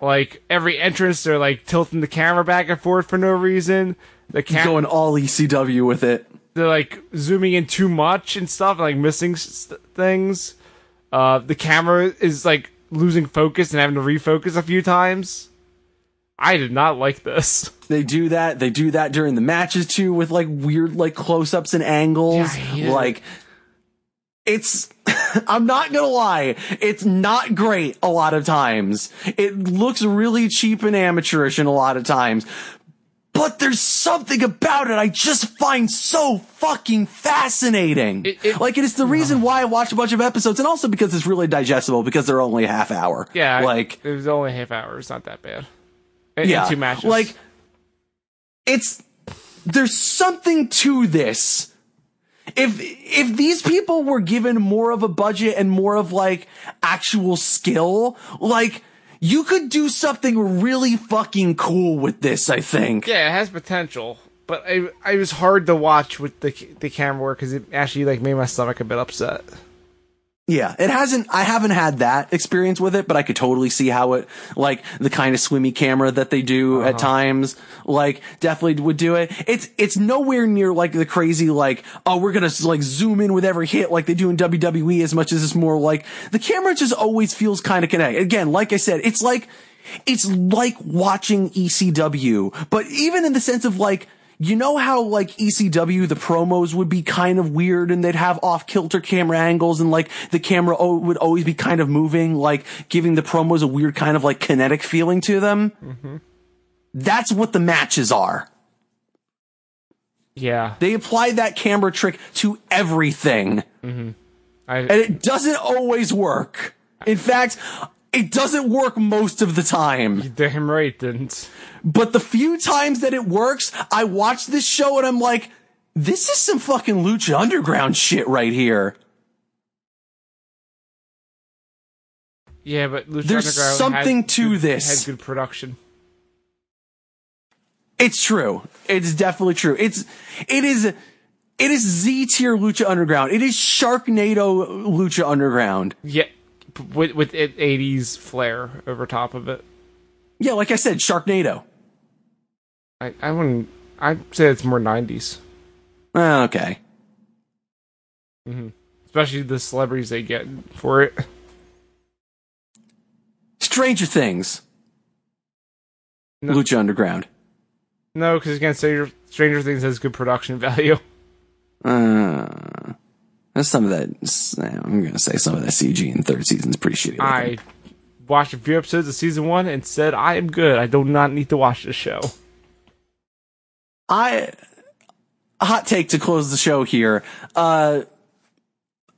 A: Like every entrance, they're like tilting the camera back and forth for no reason. The camera,
B: Going all ECW with it.
A: they're like zooming in too much and stuff, like missing st- things. Uh, the camera is like losing focus and having to refocus a few times. I did not like this.
B: They do that. They do that during the matches too with like weird like close ups and angles.
A: Yeah, I hate it.
B: like it's I'm not gonna lie, it's not great a lot of times. It looks really cheap and amateurish in a lot of times. but there's something about it I just find so fucking fascinating.
A: It- it-
B: like, it is the reason why I watch a bunch of episodes, and also because it's really digestible because they're only a half hour.
A: Yeah,
B: like
A: it was only a half hour. It's not that bad. And- and
B: yeah,
A: two matches.
B: Like, it's there's something to this. If if these people were given more of a budget and more of like actual skill, like you could do something really fucking cool with this. I think.
A: yeah, it has potential, but I I was hard to watch with the c- the camera work because it actually like made my stomach a bit upset.
B: Yeah, it hasn't, I haven't had that experience with it, but I could totally see how it, like, the kind of swimmy camera that they do at times, like, definitely would do it. It's, it's nowhere near, like, the crazy, like, oh, we're gonna, like, zoom in with every hit like they do in WWE as much as it's more like, the camera just always feels kind of connected. Again, like I said, it's like, it's like watching ECW, but even in the sense of like, you know how like ECW, the promos would be kind of weird and they'd have off kilter camera angles and like the camera o- would always be kind of moving, like giving the promos a weird kind of like kinetic feeling to them. That's what the matches are.
A: Yeah,
B: They apply that camera trick to everything
A: I
B: and it doesn't always work. In fact, it doesn't work most of the time.
A: damn right didn't.
B: But the few times that it works, I watch this show and I'm like, this is some fucking Lucha Underground shit right here.
A: Yeah, but Lucha
B: There's
A: Underground
B: something
A: had
B: to
A: good-
B: this.
A: Had good production.
B: It's true. It's definitely true. It's, it is, it is Z tier Lucha Underground. It is Sharknado Lucha Underground.
A: Yeah, p- with with it '80s flair over top of it.
B: Yeah, like I said, Sharknado.
A: I I wouldn't. I'd say it's more '90s,
B: Ah, Okay.
A: especially the celebrities they get for it.
B: Stranger Things.
A: No.
B: Lucha Underground.
A: No, because again, Stranger, Stranger Things has good production value.
B: Uh, that's some of that. I'm gonna say some of that CG in third season's pretty shitty. looking.
A: I watched a few episodes of season one and said, I am good. I do not need to watch this show.
B: I a hot take to close the show here. Uh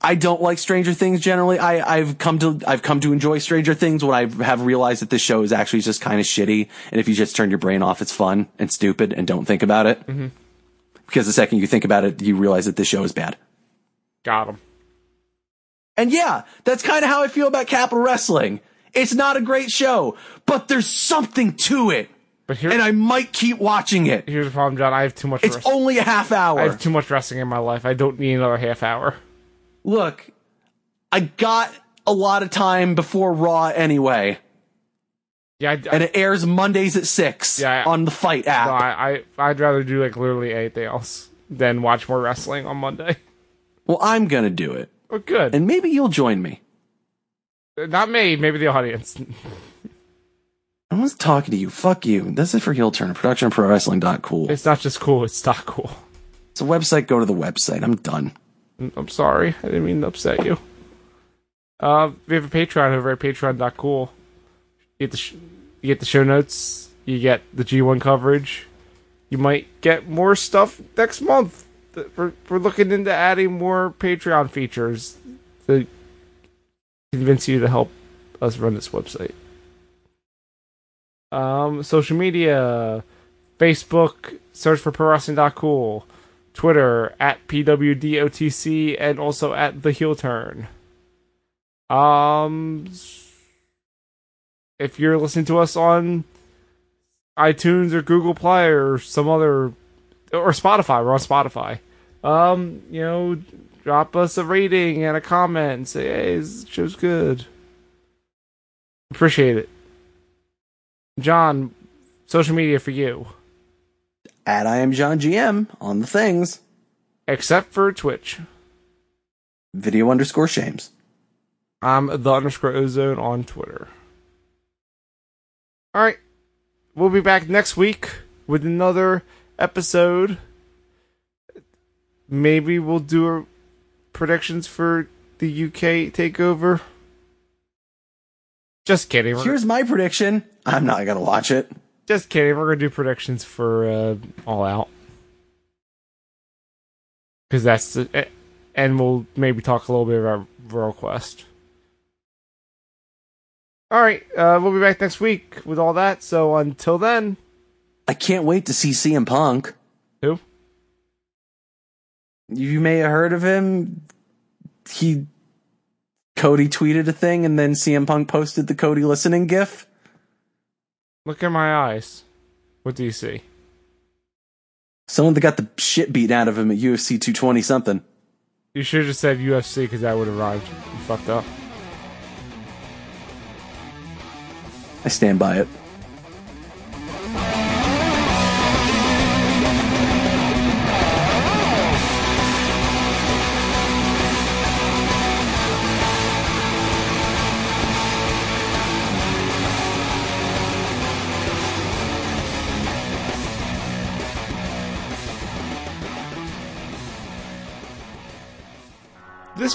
B: I don't like Stranger Things generally. I, I've come to I've come to enjoy Stranger Things when I have realized that this show is actually just kind of shitty. And if you just turn your brain off, it's fun and stupid and don't think about it. Because the second you think about it, you realize that this show is bad.
A: Got him.
B: And yeah, that's kind of how I feel about Capital Wrestling. It's not a great show, but there's something to it,
A: But here,
B: and I might keep watching it.
A: here's the problem, John. I have too much
B: It's
A: wrestling.
B: only a half hour.
A: I have too much wrestling in my life. I don't need another half hour.
B: look, I got a lot of time before Raw anyway,
A: Yeah, I,
B: and it airs Mondays at six
A: Yeah, I-
B: on the Fight app.
A: I, I, I'd rather do like literally anything else than watch more wrestling on Monday.
B: well, I'm gonna do it,
A: Well, good.
B: and maybe you'll join me.
A: Not me, maybe the audience.
B: I was talking to you. Fuck you. This is for Heel Turner. Production Pro Wrestling. Cool.
A: It's not just cool, it's not cool.
B: It's a website. Go to the website. I'm done.
A: I'm- I'm sorry. I didn't mean to upset you. Uh, we have a Patreon over at patreon.cool. You get the, sh- you get the show notes. You get the G1 coverage. You might get more stuff next month. Th- We're, we're looking into adding more Patreon features to convince you to help us run this website. Um, social media, Facebook, search for prowrestling.cool. Twitter at PWDOTC and also at the heel turn. Um, if you're listening to us on iTunes or Google Play or some other or Spotify, we're on Spotify. Um, you know, drop us a rating and a comment and say, hey, this show's good. Appreciate it. John, social media for you,
B: At I am John GM on the things.
A: except for Twitch.
B: Video underscore shames.
A: I'm the underscore ozone on Twitter. All right, we'll be back next week with another episode. Maybe we'll do our predictions for the UK takeover. Just kidding. We're-
B: Here's my prediction. I'm not gonna watch it.
A: Just kidding. We're gonna do predictions for uh, All Out because that's the, eh, and we'll maybe talk a little bit about Rural Quest. All right, uh, we'll be back next week with all that. So until then,
B: I can't wait to see CM Punk.
A: who?
B: You may have heard of him. He Cody tweeted a thing and then CM Punk posted the Cody listening gif.
A: Look in my eyes. What do you see?
B: Someone that got the shit beat out of him at UFC 220 something.
A: You should have just said UFC because that would have rhymed. You fucked up.
B: I stand by it.
A: This